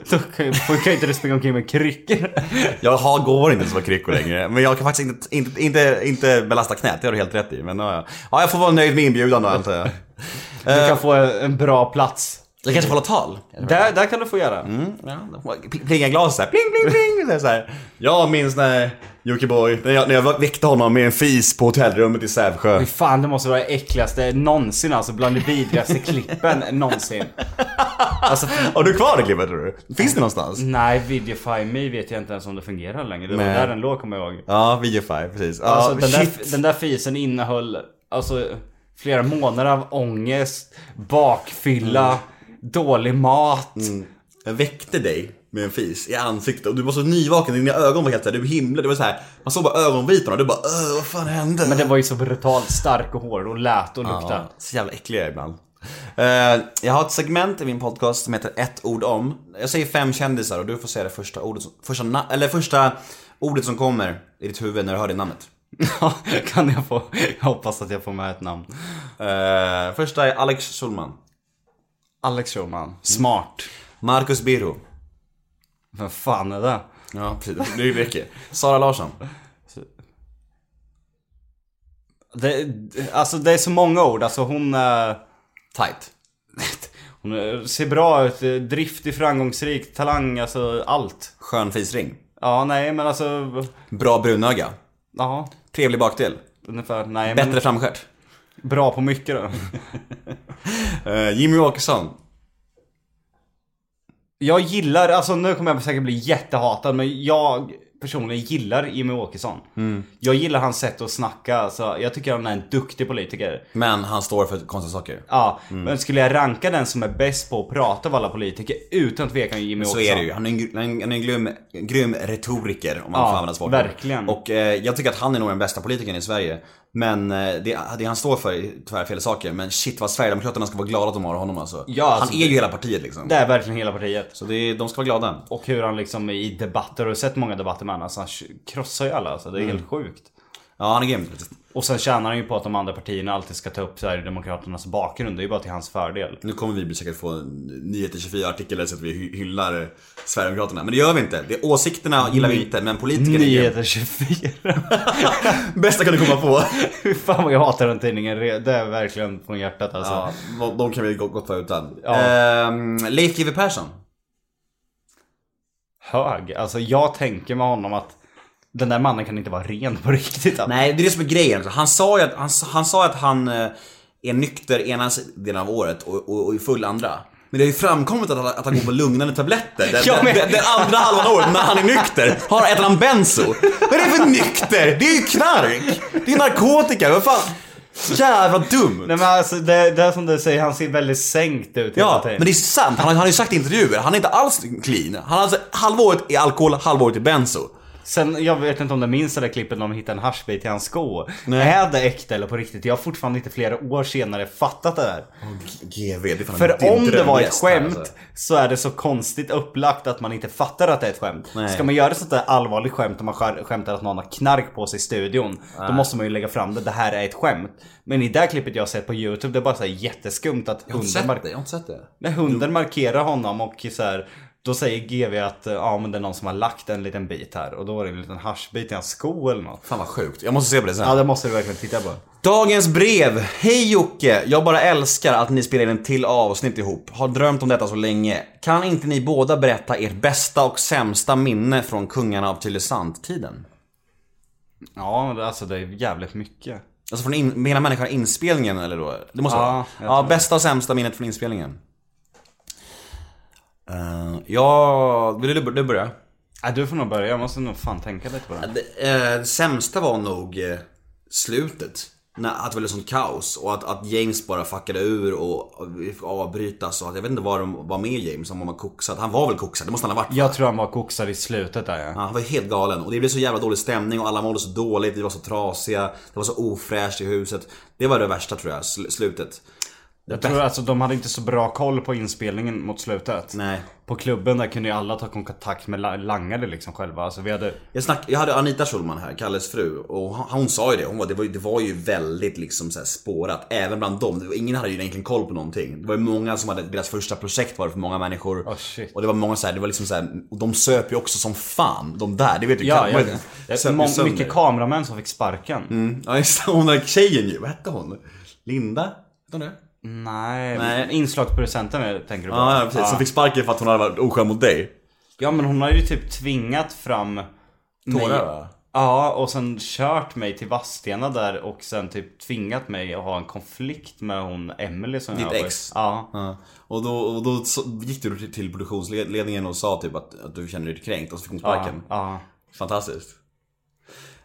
Speaker 5: då kan ju får ju inte du springa omkring med kryckor.
Speaker 4: Jag har, går inte ens med kryckor längre. Men jag kan faktiskt inte, inte, inte, inte belasta knät, det har du helt rätt i. Men ja, ja. ja, jag får vara nöjd med inbjudan och allt det. där.
Speaker 5: Du kan få en bra plats.
Speaker 4: Jag kanske får hålla tal.
Speaker 5: Där, där kan du få göra.
Speaker 4: Ja, då får jag pl- Plinga glas såhär, pling pling pling. Så här, Så här. Jag minns när Jockiboi, när jag, när jag väckte honom med en fis på hotellrummet i Sävsjö.
Speaker 5: Fy Fan det måste vara det äckligaste någonsin alltså. Bland de vidrigaste klippen någonsin. Alltså,
Speaker 4: Har du kvar det klippet tror du? Finns det någonstans?
Speaker 5: nej, Videofy Me vet jag inte ens om det fungerar längre. Det var
Speaker 4: Nej.
Speaker 5: där den låg kommer jag ihåg.
Speaker 4: Ja, videofy, precis. Ja,
Speaker 5: Alltså, den,
Speaker 4: shit.
Speaker 5: där, den där fisen innehöll alltså, flera månader av ångest, bakfylla, dålig mat.
Speaker 4: Jag väckte dig med en fis i ansiktet och du var så nyvaken, dina ögon var helt såhär, du himlade, det var såhär, man såg bara ögonvitorna och du bara öh, vad fan hände?
Speaker 5: Men det var ju så brutalt stark och hård och lät och lukta.
Speaker 4: Ja, så jävla äckliga ibland. Eh, jag har ett segment i min podcast som heter ett ord om. Jag säger fem kändisar och du får säga det första ordet som, första, na- eller första ordet som kommer i ditt huvud när du hör det namnet.
Speaker 5: Ja, kan jag få? Jag hoppas att jag får med ett namn.
Speaker 4: Eh, första är Alex Schulman.
Speaker 5: Alex Schulman. Smart.
Speaker 4: Marcus Birro.
Speaker 5: Vem fan är det?
Speaker 4: Ja, precis. Det räcker. Sara Larsson.
Speaker 5: det? Alltså det är så många ord. Alltså hon, eh,
Speaker 4: Tight.
Speaker 5: hon eh, ser bra ut, eh, driftig, framgångsrik, talang, alltså allt.
Speaker 4: Skön fisring.
Speaker 5: Ja, nej men alltså,
Speaker 4: Bra brunöga.
Speaker 5: ja.
Speaker 4: Trevlig bakdel.
Speaker 5: Ungefär, nej men
Speaker 4: Bättre framstjärt.
Speaker 5: bra på mycket då.
Speaker 4: Eh, Jimmy Åkesson.
Speaker 5: Jag gillar, alltså nu kommer jag säkert bli jättehatad men jag personligen gillar Jimmy Åkesson.
Speaker 4: Mm.
Speaker 5: Jag gillar hans sätt att snacka, alltså, jag tycker han är en duktig politiker.
Speaker 4: Men han står för konstiga saker.
Speaker 5: Ja,
Speaker 4: Mm.
Speaker 5: men skulle jag ranka den som är bäst på att prata av alla politiker utan tvekan Jimmy
Speaker 4: Så
Speaker 5: Åkesson.
Speaker 4: är det ju. Han är en, gr- han är en grym, grym retoriker om man
Speaker 5: Ja,
Speaker 4: får använda svaret.
Speaker 5: verkligen.
Speaker 4: Och eh, jag tycker att han är nog den bästa politikern i Sverige. Men eh, det, det han står för är tyvärr fel saker. Men shit vad Sverigedemokraterna ska vara glada att de har honom alltså.
Speaker 5: Ja, alltså,
Speaker 4: han är ju hela partiet liksom.
Speaker 5: Det är verkligen hela partiet.
Speaker 4: Så det är, de ska vara glada. Mm.
Speaker 5: Och hur han liksom i debatter, och jag har sett många debatter med honom, alltså han krossar ju alla alltså, det är helt sjukt.
Speaker 4: Ja, han är grym.
Speaker 5: Och sen tjänar han ju på att de andra partierna alltid ska ta upp Sverigedemokraternas bakgrund. Det är ju bara till hans fördel.
Speaker 4: Nu kommer vi säkert få en Nyheter 24 artikel där så att vi hy- hyllar eh, Sverigedemokraterna. Men det gör vi inte. Det, åsikterna gillar vi inte, men politiker är grym.
Speaker 5: Nyheter 24.
Speaker 4: Bästa kan du komma på.
Speaker 5: Fy Fan vad jag hatar den tidningen. Re- Det är verkligen från hjärtat alltså.
Speaker 4: Ja, de- de kan vi gott gott vara utan.
Speaker 5: Ja.
Speaker 4: Ehm, Leif GW Persson.
Speaker 5: Hög. Alltså jag tänker med honom att den där mannen kan inte vara ren på riktigt. Alltså.
Speaker 4: Nej, det är det som är grejen. också. Han sa ju att han, han, sa att han eh, är nykter ena delen av året och, och, och är full andra. Men det har ju framkommit att han, att han går på lugnande tabletter den,
Speaker 5: Ja, men-
Speaker 4: den, den andra halvan av året när han är nykter. Har, äter han benzo? Vad är det för nykter? Det är ju knark! Det är narkotika, vad fan? Jävla dumt!
Speaker 5: Nej men alltså det, det är som du säger, han ser väldigt sänkt ut hela
Speaker 4: Ja,
Speaker 5: tiden.
Speaker 4: men det är sant. Han, har- han har ju sagt i intervjuer, han är inte alls clean. Han har alltså halva året i alkohol, halva året i benzo.
Speaker 5: Sen, jag vet inte om du minns det där klippet när de hittade en haschbit i hans sko. Är det äkta eller på riktigt? Jag har fortfarande inte flera år senare fattat det där.
Speaker 4: GV, det är fan
Speaker 5: För
Speaker 4: din
Speaker 5: om det var ett
Speaker 4: drömgäst här,
Speaker 5: skämt
Speaker 4: alltså.
Speaker 5: så är det så konstigt upplagt att man inte fattar att det är ett skämt.
Speaker 4: Nej.
Speaker 5: Ska man göra ett sånt där allvarligt skämt om man skär- skämtar att någon har knark på sig i studion. Då måste man ju lägga fram det, det här är ett skämt. Men i det här klippet jag har sett på YouTube, det är bara så här jätteskumt att
Speaker 4: Jag har inte
Speaker 5: hunden,
Speaker 4: sett det,
Speaker 5: mar-
Speaker 4: jag har inte sett det.
Speaker 5: när hunden markerar honom och så här, då säger GV att eh, ja, men det är någon som har lagt en liten bit här och då var det en liten haschbit i hans sko eller något.
Speaker 4: Fan vad sjukt, jag måste se på det sen.
Speaker 5: Ja det måste du verkligen titta på.
Speaker 4: Dagens brev. Hej Jocke! Jag bara älskar att ni spelar in en till avsnitt ihop. Har drömt om detta så länge. Kan inte ni båda berätta ert bästa och sämsta minne från Kungarna av Tylösand-tiden?
Speaker 5: Ja men det- alltså det är jävligt mycket.
Speaker 4: Alltså från in, hela människan inspelningen eller då? Det måste
Speaker 5: Ja,
Speaker 4: vara.
Speaker 5: jag
Speaker 4: Ja, bästa och sämsta minnet från inspelningen. Eh, ja, vill du, du börja?
Speaker 5: Äh, du får nog börja, jag måste nog fan tänka lite på det.
Speaker 4: Det eh, sämsta var nog eh, slutet. När, att det var sånt kaos och att, att James bara fuckade ur och fick avbrytas och att jag vet inte vad de var med James om han var koksad. Han var väl koksad, det måste han ha varit.
Speaker 5: Jag tror han var koksad i slutet där ja.
Speaker 4: Ja, han var helt galen och det blev så jävla dålig stämning och alla mådde så dåligt, vi var så trasiga, det var så ofräscht i huset. Det var det värsta tror jag, sl- slutet.
Speaker 5: Jag tror alltså de hade inte så bra koll på inspelningen mot slutet.
Speaker 4: Nej.
Speaker 5: På klubben där kunde ju alla ta kontakt med la- langare liksom själva. Alltså vi hade...
Speaker 4: Jag, snack, jag hade Anita Schulman här, Kalles fru, och hon, hon sa ju det. Hon var, det, var, ju- det var ju väldigt liksom så här spårat, även bland dem. Det var, ingen hade ju egentligen koll på någonting. Det var ju många som hade, deras första projekt var det för många människor.
Speaker 5: Oh, shit.
Speaker 4: Och det var många så här, det var liksom så här, och de söp ju också som fan, de där. Det vet du
Speaker 5: Ja,
Speaker 4: Kalle-
Speaker 5: ja.
Speaker 4: söp
Speaker 5: Mm.
Speaker 4: ju
Speaker 5: Det är må-
Speaker 4: sönder.
Speaker 5: mycket kameramän som fick sparken.
Speaker 4: Ja, just det. Hon där tjejen ju, vad hette hon? Linda? Hette hon det?
Speaker 5: Nej,
Speaker 4: Nej.
Speaker 5: inslagsproducenten är- tänker du på?
Speaker 4: Ja, ja precis. Som
Speaker 5: Ja.
Speaker 4: fick sparken för att hon hade varit oskön mot dig.
Speaker 5: ja men hon har ju typ tvingat fram... mig-
Speaker 4: Tårar va?
Speaker 5: Ja, och sen kört mig till Vadstena där och sen typ tvingat mig att ha en konflikt med hon Emily som
Speaker 4: Ditt
Speaker 5: jag var-
Speaker 4: ex?
Speaker 5: Ja.
Speaker 4: Ja. Och då, och då så, gick du till- till produktionsledningen och sa typ att, att du kände dig kränkt och så fick hon
Speaker 5: ja,
Speaker 4: sparken.
Speaker 5: ja.
Speaker 4: Fantastiskt.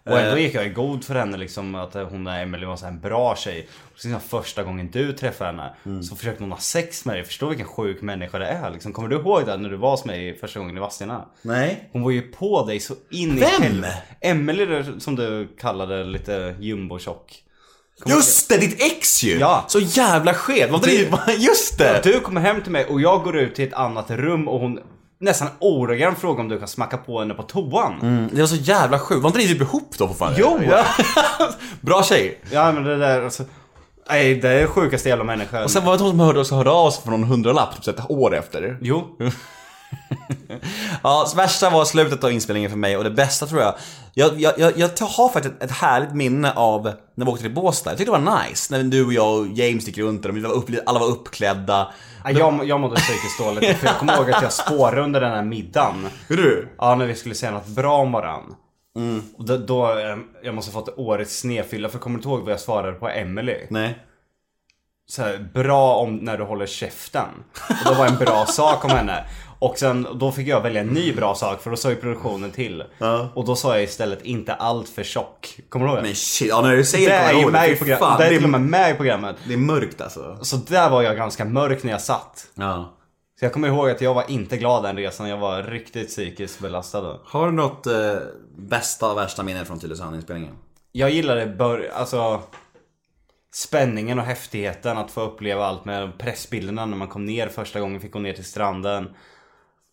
Speaker 5: Och
Speaker 4: Eh.
Speaker 5: ändå gick jag i god för henne liksom att hon är Emelie var så här en bra tjej. Och sen första gången du träffade henne
Speaker 4: Mm.
Speaker 5: så försökte hon ha sex med dig. Förstå vilken sjuk människa det är liksom. Kommer du ihåg det när du var hos mig första gången i Vadstena?
Speaker 4: Nej.
Speaker 5: Hon var ju på dig så in i
Speaker 4: Vem?
Speaker 5: helvete. Emelie som du kallade lite jumbo-tjock.
Speaker 4: Just det, ditt ex ju!
Speaker 5: Ja.
Speaker 4: Så jävla skev. Vad driver typ. Just det!
Speaker 5: Du kommer hem till mig och jag går ut till ett annat rum och hon nästan ordagrant frågar om du kan smacka på henne på toan.
Speaker 4: Mm, Det var så jävla sjukt. Var inte ni typ ihop då för fan?
Speaker 5: Jo!
Speaker 4: Bra tjej.
Speaker 5: Ja men det där alltså. Nej det är sjukaste jävla människan.
Speaker 4: Och sen var det hon som hörde, så hörde av sig för någon hundralapp typ så ett år efter.
Speaker 5: Jo.
Speaker 4: Ja, så värsta var slutet av inspelningen för mig och det bästa tror jag. Jag, jag, jag, jag har faktiskt ett, ett härligt minne av när vi åkte till Båstad. Jag tyckte det var nice när du och jag och James gick runt där och vi var upp, alla var uppklädda.
Speaker 5: Ja, Jag, jag mådde psykiskt dåligt för jag kommer ihåg att jag spårade under den här middagen.
Speaker 4: Hur du?
Speaker 5: Ja, när vi skulle säga något bra om varann.
Speaker 4: Mm.
Speaker 5: Och då, då, eh, jag måste ha fått årets snedfylla för jag kommer inte ihåg vad jag svarade på Emily.
Speaker 4: Nej.
Speaker 5: Så här, bra om när du håller käften. Och det var en bra sak om henne. Och sen då fick jag välja en ny bra sak för då sa ju produktionen till. Och då sa jag istället inte allt för tjock. Kommer du ihåg det?
Speaker 4: Men shit, ja när du säger
Speaker 5: Det är
Speaker 4: kommer jag
Speaker 5: ju
Speaker 4: ihåg
Speaker 5: med i
Speaker 4: Fy
Speaker 5: programmet.
Speaker 4: fan,
Speaker 5: Det är
Speaker 4: det,
Speaker 5: till och med
Speaker 4: är,
Speaker 5: med i programmet.
Speaker 4: det är mörkt alltså.
Speaker 5: Så där var jag ganska mörk när jag satt.
Speaker 4: Ja.
Speaker 5: Så jag kommer ihåg att jag var inte glad den resan, jag var riktigt psykiskt belastad då.
Speaker 4: Har du något eh, bästa och värsta minne från Tylösand-inspelningen?
Speaker 5: Jag gillade bör- alltså spänningen och häftigheten att få uppleva allt med pressbilderna när man kom ner första gången, fick gå ner till stranden.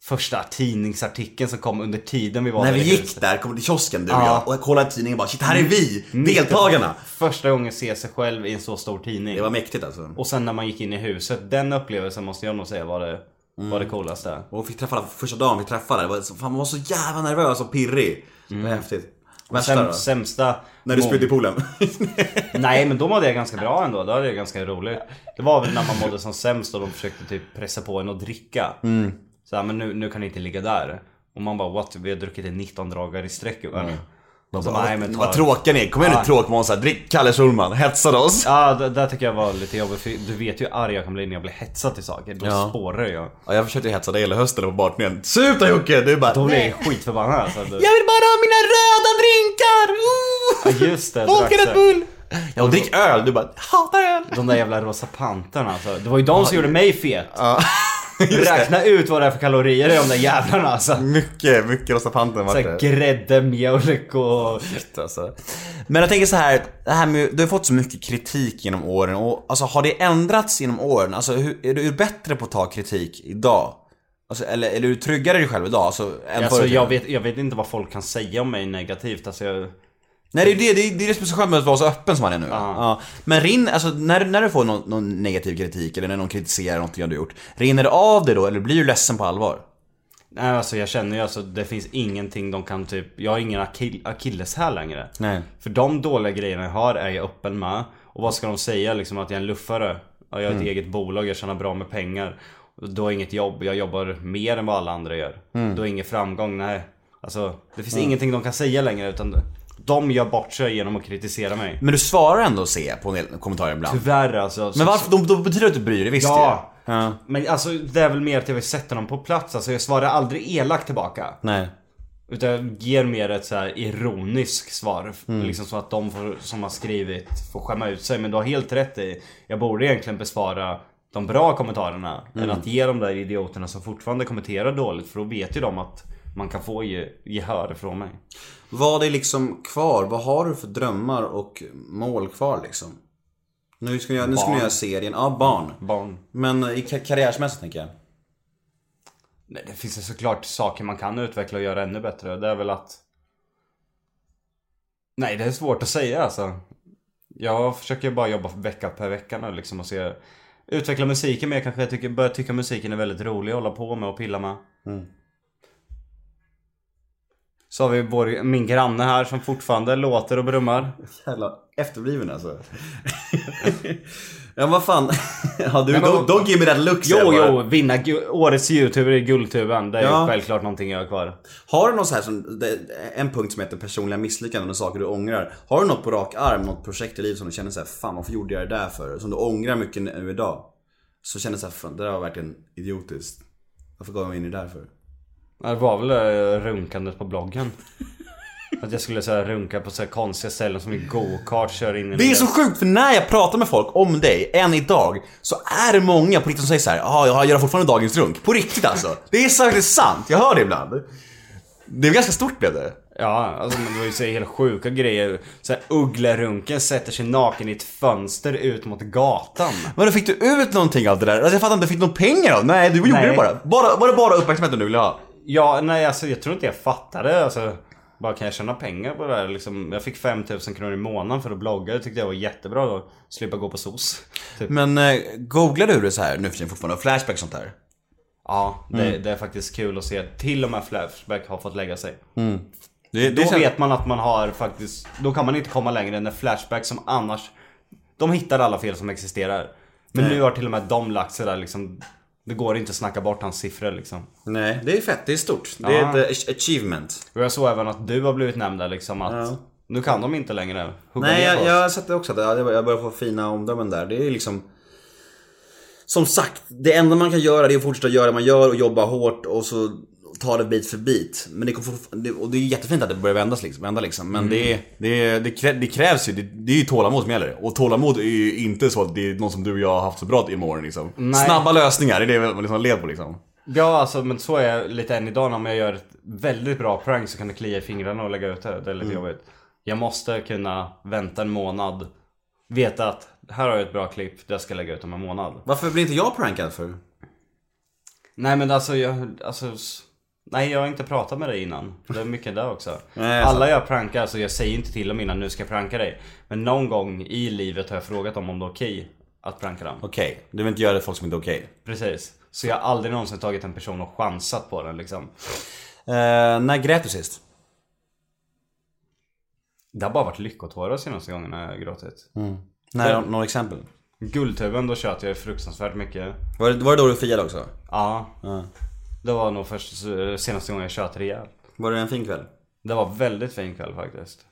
Speaker 5: första tidningsartikeln som kom under tiden vi var
Speaker 4: När
Speaker 5: där
Speaker 4: vi
Speaker 5: i
Speaker 4: gick
Speaker 5: huset.
Speaker 4: där, kom till kiosken du och
Speaker 5: Ja. Mm.
Speaker 4: jag och jag kollade tidningen och bara shit, här är vi! Deltagarna!
Speaker 5: Första gången se sig själv i en så stor tidning.
Speaker 4: Det var mäktigt alltså.
Speaker 5: Och sen när man gick in i huset, den upplevelsen måste jag nog säga var det, var
Speaker 4: Mm.
Speaker 5: det coolaste.
Speaker 4: Och fick träffa alla första dagen vi träffade. Det var, så- fan, man var så jävla nervös och pirrig.
Speaker 5: Mm.
Speaker 4: Det var häftigt. Värsta
Speaker 5: Säm,
Speaker 4: då?
Speaker 5: sämsta...
Speaker 4: När du
Speaker 5: mom-
Speaker 4: spydde i poolen.
Speaker 5: Nej men då mådde jag ganska bra ändå, då hade jag ganska roligt. Det var väl när man mådde som sämst och de försökte typ pressa på en att dricka. Så här, men nu, nu kan ni inte ligga där. Och man bara what, vi har druckit i 19 dagar i sträck mm. Och så bara, nej men ta
Speaker 4: Vad
Speaker 5: det."
Speaker 4: tråkiga ni är. Kom igen nu tråkmånsar, drick Kalle Schulman, hetsade oss.
Speaker 5: Ja, det där tycker jag var lite jobbigt för du vet ju hur arg jag kan bli när jag blir hetsad till saker. Då
Speaker 4: Ja.
Speaker 5: spårar jag.
Speaker 4: Ja, jag försökte hetsa dig hela hösten på barturnén. Sluta Jocke! Du bara
Speaker 5: Då blir jag
Speaker 4: "Nej,
Speaker 5: skitförbannad alltså. Du-
Speaker 4: Jag vill bara ha mina röda drinkar!
Speaker 5: Ja,
Speaker 4: Ooh.
Speaker 5: just det,
Speaker 4: Och
Speaker 5: drack
Speaker 4: Red
Speaker 5: det.
Speaker 4: Bull! Ja och drick öl, du bara hatar öl!
Speaker 5: De där jävla rosa panterna alltså. Det var ju de som gjorde mig fet. Räkna ut vad det är för kalorier i de där jävlarna alltså.
Speaker 4: Mycket, mycket rosa panten vart
Speaker 5: Såhär
Speaker 4: det.
Speaker 5: grädde, mjölk och...
Speaker 4: Alltså. Men jag tänker så här, det här med, du har fått så mycket kritik genom åren och alltså har det ändrats genom åren? Alltså hur, är du bättre på att ta kritik idag? Alltså, eller, eller är du tryggare i dig själv idag? Alltså, än förr
Speaker 5: Alltså
Speaker 4: i tiden?
Speaker 5: jag vet, jag vet inte vad folk kan säga om mig negativt. Alltså jag...
Speaker 4: Nej det är ju det, det, är- det är det som är så skönt med att vara så öppen som man är nu. Ja. Men rin, alltså när, när du får någon, någon negativ kritik eller när någon kritiserar något du har gjort, rinner det av dig då eller blir du ledsen på allvar?
Speaker 5: Nej alltså jag känner ju alltså det finns ingenting de kan typ... Jag har ingen akil- akilleshäl längre.
Speaker 4: Nej.
Speaker 5: För de dåliga grejerna jag har är jag öppen med. Och vad ska de säga liksom att jag är en luffare? Ja, jag har ett
Speaker 4: Mm.
Speaker 5: eget bolag, jag tjänar bra med pengar. Du har inget jobb, jag jobbar mer än vad alla andra gör.
Speaker 4: Mm.
Speaker 5: Du har ingen framgång, nej. Alltså det finns ingenting de kan säga längre utan de gör bort sig genom att kritisera mig.
Speaker 4: Men du svarar ändå se på en del kommentarer ibland.
Speaker 5: Tyvärr alltså. så-
Speaker 4: Men varför, då, då betyder det att du bryr dig, visst
Speaker 5: Ja.
Speaker 4: ju. ja.
Speaker 5: Men alltså det är väl mer att jag vill sätta dem på plats. Alltså jag svarar aldrig elakt tillbaka.
Speaker 4: Nej.
Speaker 5: Utan jag ger mer ett så här ironiskt svar. Liksom så att de får, som har skrivit får skämma ut sig. Men du har helt rätt i. Jag borde egentligen besvara de bra kommentarerna. Än att ge de där idioterna som fortfarande kommenterar dåligt. För då vet ju de att man kan få ge, gehör från mig.
Speaker 4: Vad är liksom kvar? Vad har du för drömmar och mål kvar liksom? Nu ska ni göra, nu ska ni
Speaker 5: Barn.
Speaker 4: göra serien, ja barn.
Speaker 5: Barn.
Speaker 4: Men i ka- karriärsmässigt tänker jag.
Speaker 5: Nej, det finns ju såklart saker man kan utveckla och göra ännu bättre. Det är väl att... Nej, det är svårt att säga alltså. Jag försöker bara jobba vecka per vecka nu liksom och se... Utveckla musiken mer kanske. Jag tycker, börjar tycka musiken är väldigt rolig att hålla på med och pilla med. Så har vi vår, min granne här som fortfarande låter och brummar.
Speaker 4: Jävla efterbliven alltså. ja vad fan. ja du,
Speaker 5: Nej, men-
Speaker 4: don't, don't give me that look säger
Speaker 5: Jo,
Speaker 4: jag bara.
Speaker 5: jo, vinna gu- årets youtuber i Guldtuben. Det är
Speaker 4: Ja.
Speaker 5: ju självklart någonting jag har kvar.
Speaker 4: Har du något så här som, det- en punkt som heter personliga misslyckanden och saker du ångrar. Har du något på rak arm, något projekt i livet som du känner så här, fan varför gjorde jag det där för? Som du ångrar mycket nu idag. Så känner du så här, fan det där var verkligen idiotiskt. Varför gav jag mig in i det där för?
Speaker 5: Ja, Det var väl eh, runkandet på bloggen. Att jag skulle säga runka på så här konstiga ställen som i go-kart kör in i
Speaker 4: Det är så sjukt för när jag pratar med folk om dig, än idag, så är det många på riktigt som säger så här, ah, jag gör fortfarande dagens runk. På riktigt alltså. Det är faktiskt sant, jag hör det ibland. Det är ganska stort blev det.
Speaker 5: Ja, alltså men det var ju så här helt sjuka grejer. Så här ugglarunken sätter sig naken i ett fönster ut mot gatan.
Speaker 4: Men då fick du ut någonting av det där? Alltså jag fattar inte, fick du någon pengar av? Nej, du gjorde
Speaker 5: Nej.
Speaker 4: det bara. bara. Var det bara uppmärksamheten du ville ha?
Speaker 5: Ja, nej alltså jag tror inte jag fattade alltså. Bara kan jag tjäna pengar på det här liksom? Jag fick 5000 kronor i månaden för att blogga. Det tyckte jag var jättebra då. Slippa gå på SOS. Typ.
Speaker 4: Men eh, googlar du det så här nu för tiden fortfarande? Flashback och sånt där?
Speaker 5: Ja, det,
Speaker 4: Mm.
Speaker 5: det är faktiskt kul att se. Till och med Flashback har fått lägga sig.
Speaker 4: Det,
Speaker 5: Då vet man att man har faktiskt, då kan man inte komma längre när Flashback som annars, de hittar alla fel som existerar. Men nu har till och med de lagt sig där liksom, det går inte att snacka bort hans siffror liksom.
Speaker 4: Nej, det är fett, det är stort. Det är ett eh, achievement.
Speaker 5: Och jag såg även att du har blivit nämnd där liksom att, nu kan de inte längre hugga
Speaker 4: Nej,
Speaker 5: ner på
Speaker 4: jag,
Speaker 5: oss.
Speaker 4: jag sätter också att jag jag börjar få fina omdömen där. Det är liksom... Som sagt, det enda man kan göra det är att fortsätta göra det man gör och jobba hårt och så ta det bit för bit. Men det kommer fortfar- det, och det är jättefint att det börjar vändas liksom, vända liksom.
Speaker 5: Mm.
Speaker 4: Men det, det, det, krä, det krävs ju, det, det är ju tålamod som gäller. Och tålamod är ju inte så att det är någon som du och jag har haft så bra i morgon liksom.
Speaker 5: Nej.
Speaker 4: Snabba lösningar, det är det man liksom lever på liksom.
Speaker 5: Ja alltså men så är jag lite än idag när jag gör ett väldigt bra prank så kan det klia i fingrarna och lägga ut det. Det är lite
Speaker 4: Mm.
Speaker 5: jobbigt. Jag måste kunna vänta en månad. Veta att här har jag ett bra klipp, det ska jag lägga ut om en månad.
Speaker 4: Varför blir inte jag prankad för?
Speaker 5: Nej men alltså jag, alltså s- Nej jag har inte pratat med dig innan Det är mycket där också Alla jag prankar, så jag säger inte till dem innan nu ska jag pranka dig Men någon gång i livet har jag frågat dem om det är okej Att pranka dem
Speaker 4: Okej, du vill inte göra det för folk som inte är okej.
Speaker 5: Precis Så jag har aldrig någonsin tagit en person och chansat på den liksom
Speaker 4: Eh, när grät du sist?
Speaker 5: Det har bara varit lyckotårar senaste gångerna jag har gråtit
Speaker 4: När, några exempel?
Speaker 5: Guldtuben då tjöt jag fruktansvärt mycket
Speaker 4: Var det, var det då du friade också?
Speaker 5: Ja Det var nog först, senaste gången jag tjötade ihjäl
Speaker 4: Var det en fin kväll?
Speaker 5: Det var väldigt fin kväll faktiskt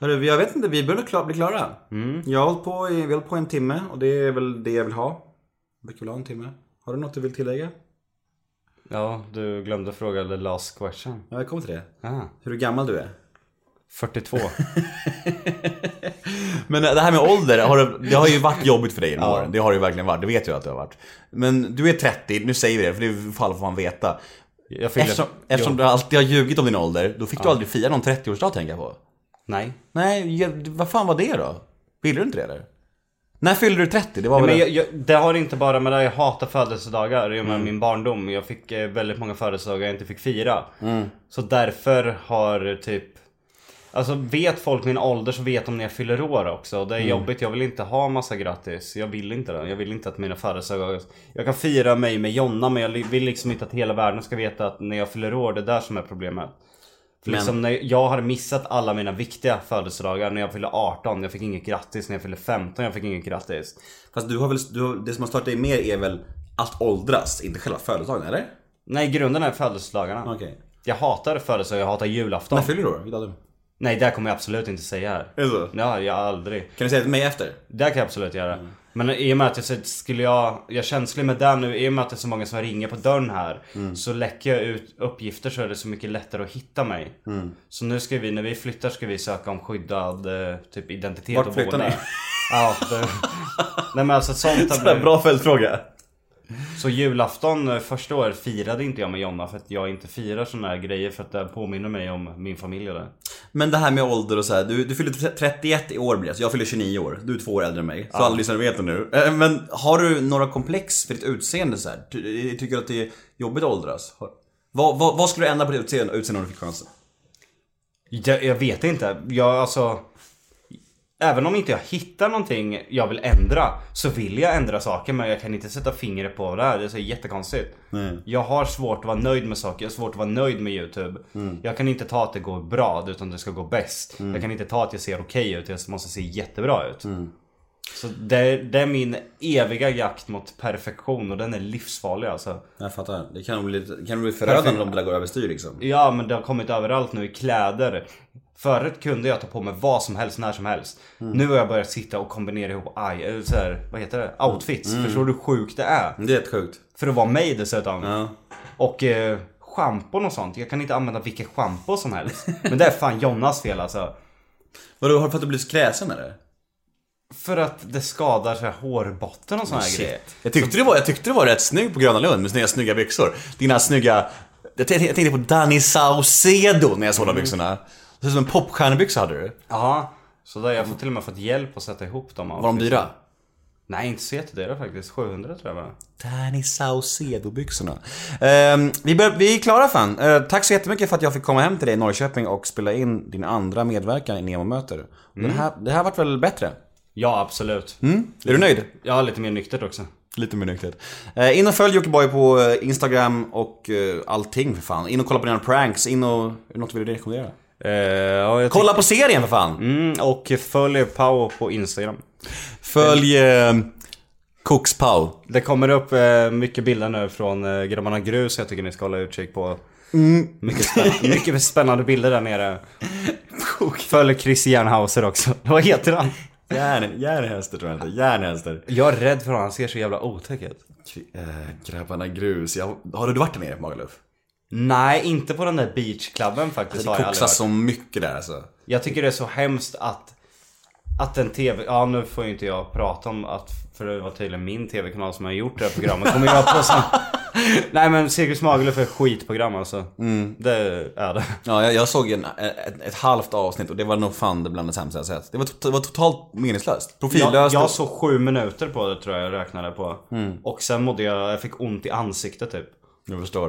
Speaker 4: Hörru, jag vet inte, vi börjar klar, bli klara. Jag har hållit på, i, vi har hållit på en timme och det är väl det jag vill ha. Jag brukar väl ha en timme. Har du något du vill tillägga?
Speaker 5: Ja, du glömde fråga the last question
Speaker 4: Ja, jag kommer till det.
Speaker 5: ah.
Speaker 4: Hur gammal du är.
Speaker 5: 42
Speaker 4: Men det här med ålder, har det, det har ju varit jobbigt för dig genom åren. Det har det ju verkligen varit, det vet jag att det har varit. Men du är 30, nu säger vi det, för det är fall får man veta.
Speaker 5: Jag fyllde...
Speaker 4: Eftersom, eftersom du alltid har ljugit om din ålder, då fick du aldrig fira någon 30-årsdag tänker jag på.
Speaker 5: Nej
Speaker 4: Nej, jag- vad fan var det då? Ville du inte det eller? När fyllde du 30? Det Mm. var väl...
Speaker 5: Men jag, jag, det har inte bara med det jag hatar födelsedagar i och med min barndom Jag fick eh, väldigt många födelsedagar jag inte fick fira
Speaker 4: Mm.
Speaker 5: Så därför har typ Alltså vet folk min ålder så vet de när jag fyller år också och Det är
Speaker 4: Mm.
Speaker 5: jobbigt, jag vill inte ha massa grattis Jag vill inte det, jag vill inte att mina födelsedagar Jag kan fira mig med Jonna men jag li- vill liksom inte att hela världen ska veta att när jag fyller år det är där som är problemet För Liksom när jag hade missat alla mina viktiga födelsedagar när jag fyllde 18, jag fick inget grattis. När jag fyllde 15, jag fick inget grattis.
Speaker 4: Fast du har väl, du har, det som har startat dig mer är väl att åldras, inte själva födelsedagen eller?
Speaker 5: Nej, grunden är födelsedagarna.
Speaker 4: Okej.
Speaker 5: Jag hatar födelsedagar, jag hatar julafton.
Speaker 4: När fyller du då? Vilket datum?
Speaker 5: Nej, det kommer jag absolut inte säga här.
Speaker 4: Är det så?
Speaker 5: Ja, jag aldrig.
Speaker 4: Kan du säga det till mig efter?
Speaker 5: Det kan jag absolut göra.
Speaker 4: Mm.
Speaker 5: Men i och med att jag så- skulle jag, jag är känslig med det nu, i och med att det är så många som ringer på dörren här.
Speaker 4: Mm.
Speaker 5: Så läcker jag ut uppgifter så är det så mycket lättare att hitta mig.
Speaker 4: Mm.
Speaker 5: Så nu ska vi, när vi flyttar ska vi söka om skyddad eh, typ identitet
Speaker 4: Vart
Speaker 5: och
Speaker 4: flyttar ni?
Speaker 5: Ja, det... Nej men alltså sånt har blivit...
Speaker 4: följdfråga.
Speaker 5: Så julafton eh, första året firade inte jag med Jonna för att jag inte firar såna här grejer för att det påminner mig om min familj och det.
Speaker 4: Men det här med ålder och så här, du, du fyller 31 i år blir det, så jag fyller 29 år. Du är två år äldre än mig, så alla lyssnare vet det nu. Eh, Men har du några komplex för ditt utseende så här? Ty- eh, Tycker du att det är jobbigt att åldras? Har- Vad, vad, vad skulle du ändra på ditt utseende, utseende om du fick chansen?
Speaker 5: Jag, jag vet inte. Jag alltså... Även om inte jag hittar någonting jag vill ändra så vill jag ändra saker men jag kan inte sätta fingret på det här. Det är så jättekonstigt. Jag har svårt att vara nöjd med saker. Jag har svårt att vara nöjd med YouTube. Jag kan inte ta att det går bra utan det ska gå bäst. Jag kan inte ta att jag ser okej ut. Jag måste se jättebra ut. Så det, det är min eviga jakt mot perfektion och den är livsfarlig alltså.
Speaker 4: Jag fattar, det kan nog bli, det kan nog bli förödande om det där går överstyr liksom.
Speaker 5: Ja men det har kommit överallt nu i kläder. Förut kunde jag ta på mig vad som helst när som helst.
Speaker 4: Mm.
Speaker 5: Nu har jag börjat sitta och kombinera ihop aj, eller så här, vad heter det? outfits.
Speaker 4: Mm.
Speaker 5: Förstår du hur sjukt det är?
Speaker 4: Det är rätt sjukt.
Speaker 5: För att vara mig dessutom. Och eh, schampon och sånt. Jag kan inte använda vilket schampo som helst. Men det är fan Jonas fel alltså.
Speaker 4: Vadå, har du för att du blivit så kräsen eller?
Speaker 5: För att det skadar så här, hårbotten och såna här grejer.
Speaker 4: Jag tyckte, det var, jag tyckte det var rätt snygg på Gröna Lund med sina snygga byxor. Dina snygga... Jag tänkte, jag tänkte på Danny Saucedo när jag såg de byxorna. Det ser ut som en popstjärnebyxa hade du.
Speaker 5: Ja. Så där, jag får till och med fått hjälp att sätta ihop dem.
Speaker 4: Var de dyra?
Speaker 5: Nej inte så jättedyra faktiskt. 700 tror jag va?
Speaker 4: Danny Saucedo-byxorna. Ehm, vi, bör, vi är klara fan. Eh, tack så jättemycket för att jag fick komma hem till dig i Norrköping och spela in din andra medverkan i Nemo möter. Den här, det här vart väl bättre?
Speaker 5: Ja absolut.
Speaker 4: Är du nöjd?
Speaker 5: Jag har lite mer nyktert också.
Speaker 4: Lite mer nykterhet. Eh, in och följ Jockiboi på eh, Instagram och eh, allting för fan. In och kolla på dina pranks, in och... Är det något du vill rekommendera?
Speaker 5: Eh, ja, jag
Speaker 4: Kolla på serien för fan!
Speaker 5: Mm, och följ Pau på Instagram.
Speaker 4: Följ eh, Kokspau.
Speaker 5: Det kommer upp eh, mycket bilder nu från eh, Grabbarna Grus jag tycker ni ska hålla utkik på. Mycket, spännande, mycket spännande bilder där nere. Följ Chris Jernhauser också. Vad heter han?
Speaker 4: Järn, järnhäster tror jag inte, järnhäster.
Speaker 5: Jag är rädd för honom, han ser så jävla otäck ut.
Speaker 4: Eh, grabbarna grus, jag, har du varit där nere Magaluf?
Speaker 5: Nej, inte på den där beachklubben faktiskt
Speaker 4: Det
Speaker 5: har jag aldrig varit.
Speaker 4: koksas så mycket där alltså.
Speaker 5: Jag tycker det är så hemskt att att en TV, ja nu får ju inte jag prata om att, för det var tydligen min TV-kanal som har gjort det här programmet. Kommer jag på sån... Nej men Cirkus Magaluf är ett skitprogram alltså.
Speaker 4: Mm.
Speaker 5: Det är det.
Speaker 4: Ja, jag, jag såg en, ett, ett halvt avsnitt och det var nog fan det bland det sämsta jag sett. Det var, to- det var totalt meningslöst.
Speaker 5: Jag,
Speaker 4: Profillöst.
Speaker 5: jag såg sju minuter på det tror jag jag räknade på. Och sen mådde jag, jag fick ont i ansiktet typ.
Speaker 4: Mm. Jag förstår.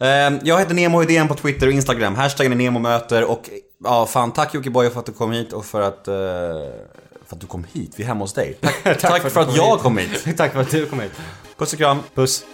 Speaker 4: Eh, Jag heter Nemo Idén på Twitter och Instagram. Hashtaggen är NEMOMÖTER och ja, fan tack Jockiboi för att du kom hit och för att... eh, För att du kom hit? Vi är hemma hos dig. Tack, tack, för att jag kom hit.
Speaker 5: Tack för att du kom hit.
Speaker 4: Puss och kram.
Speaker 5: Puss.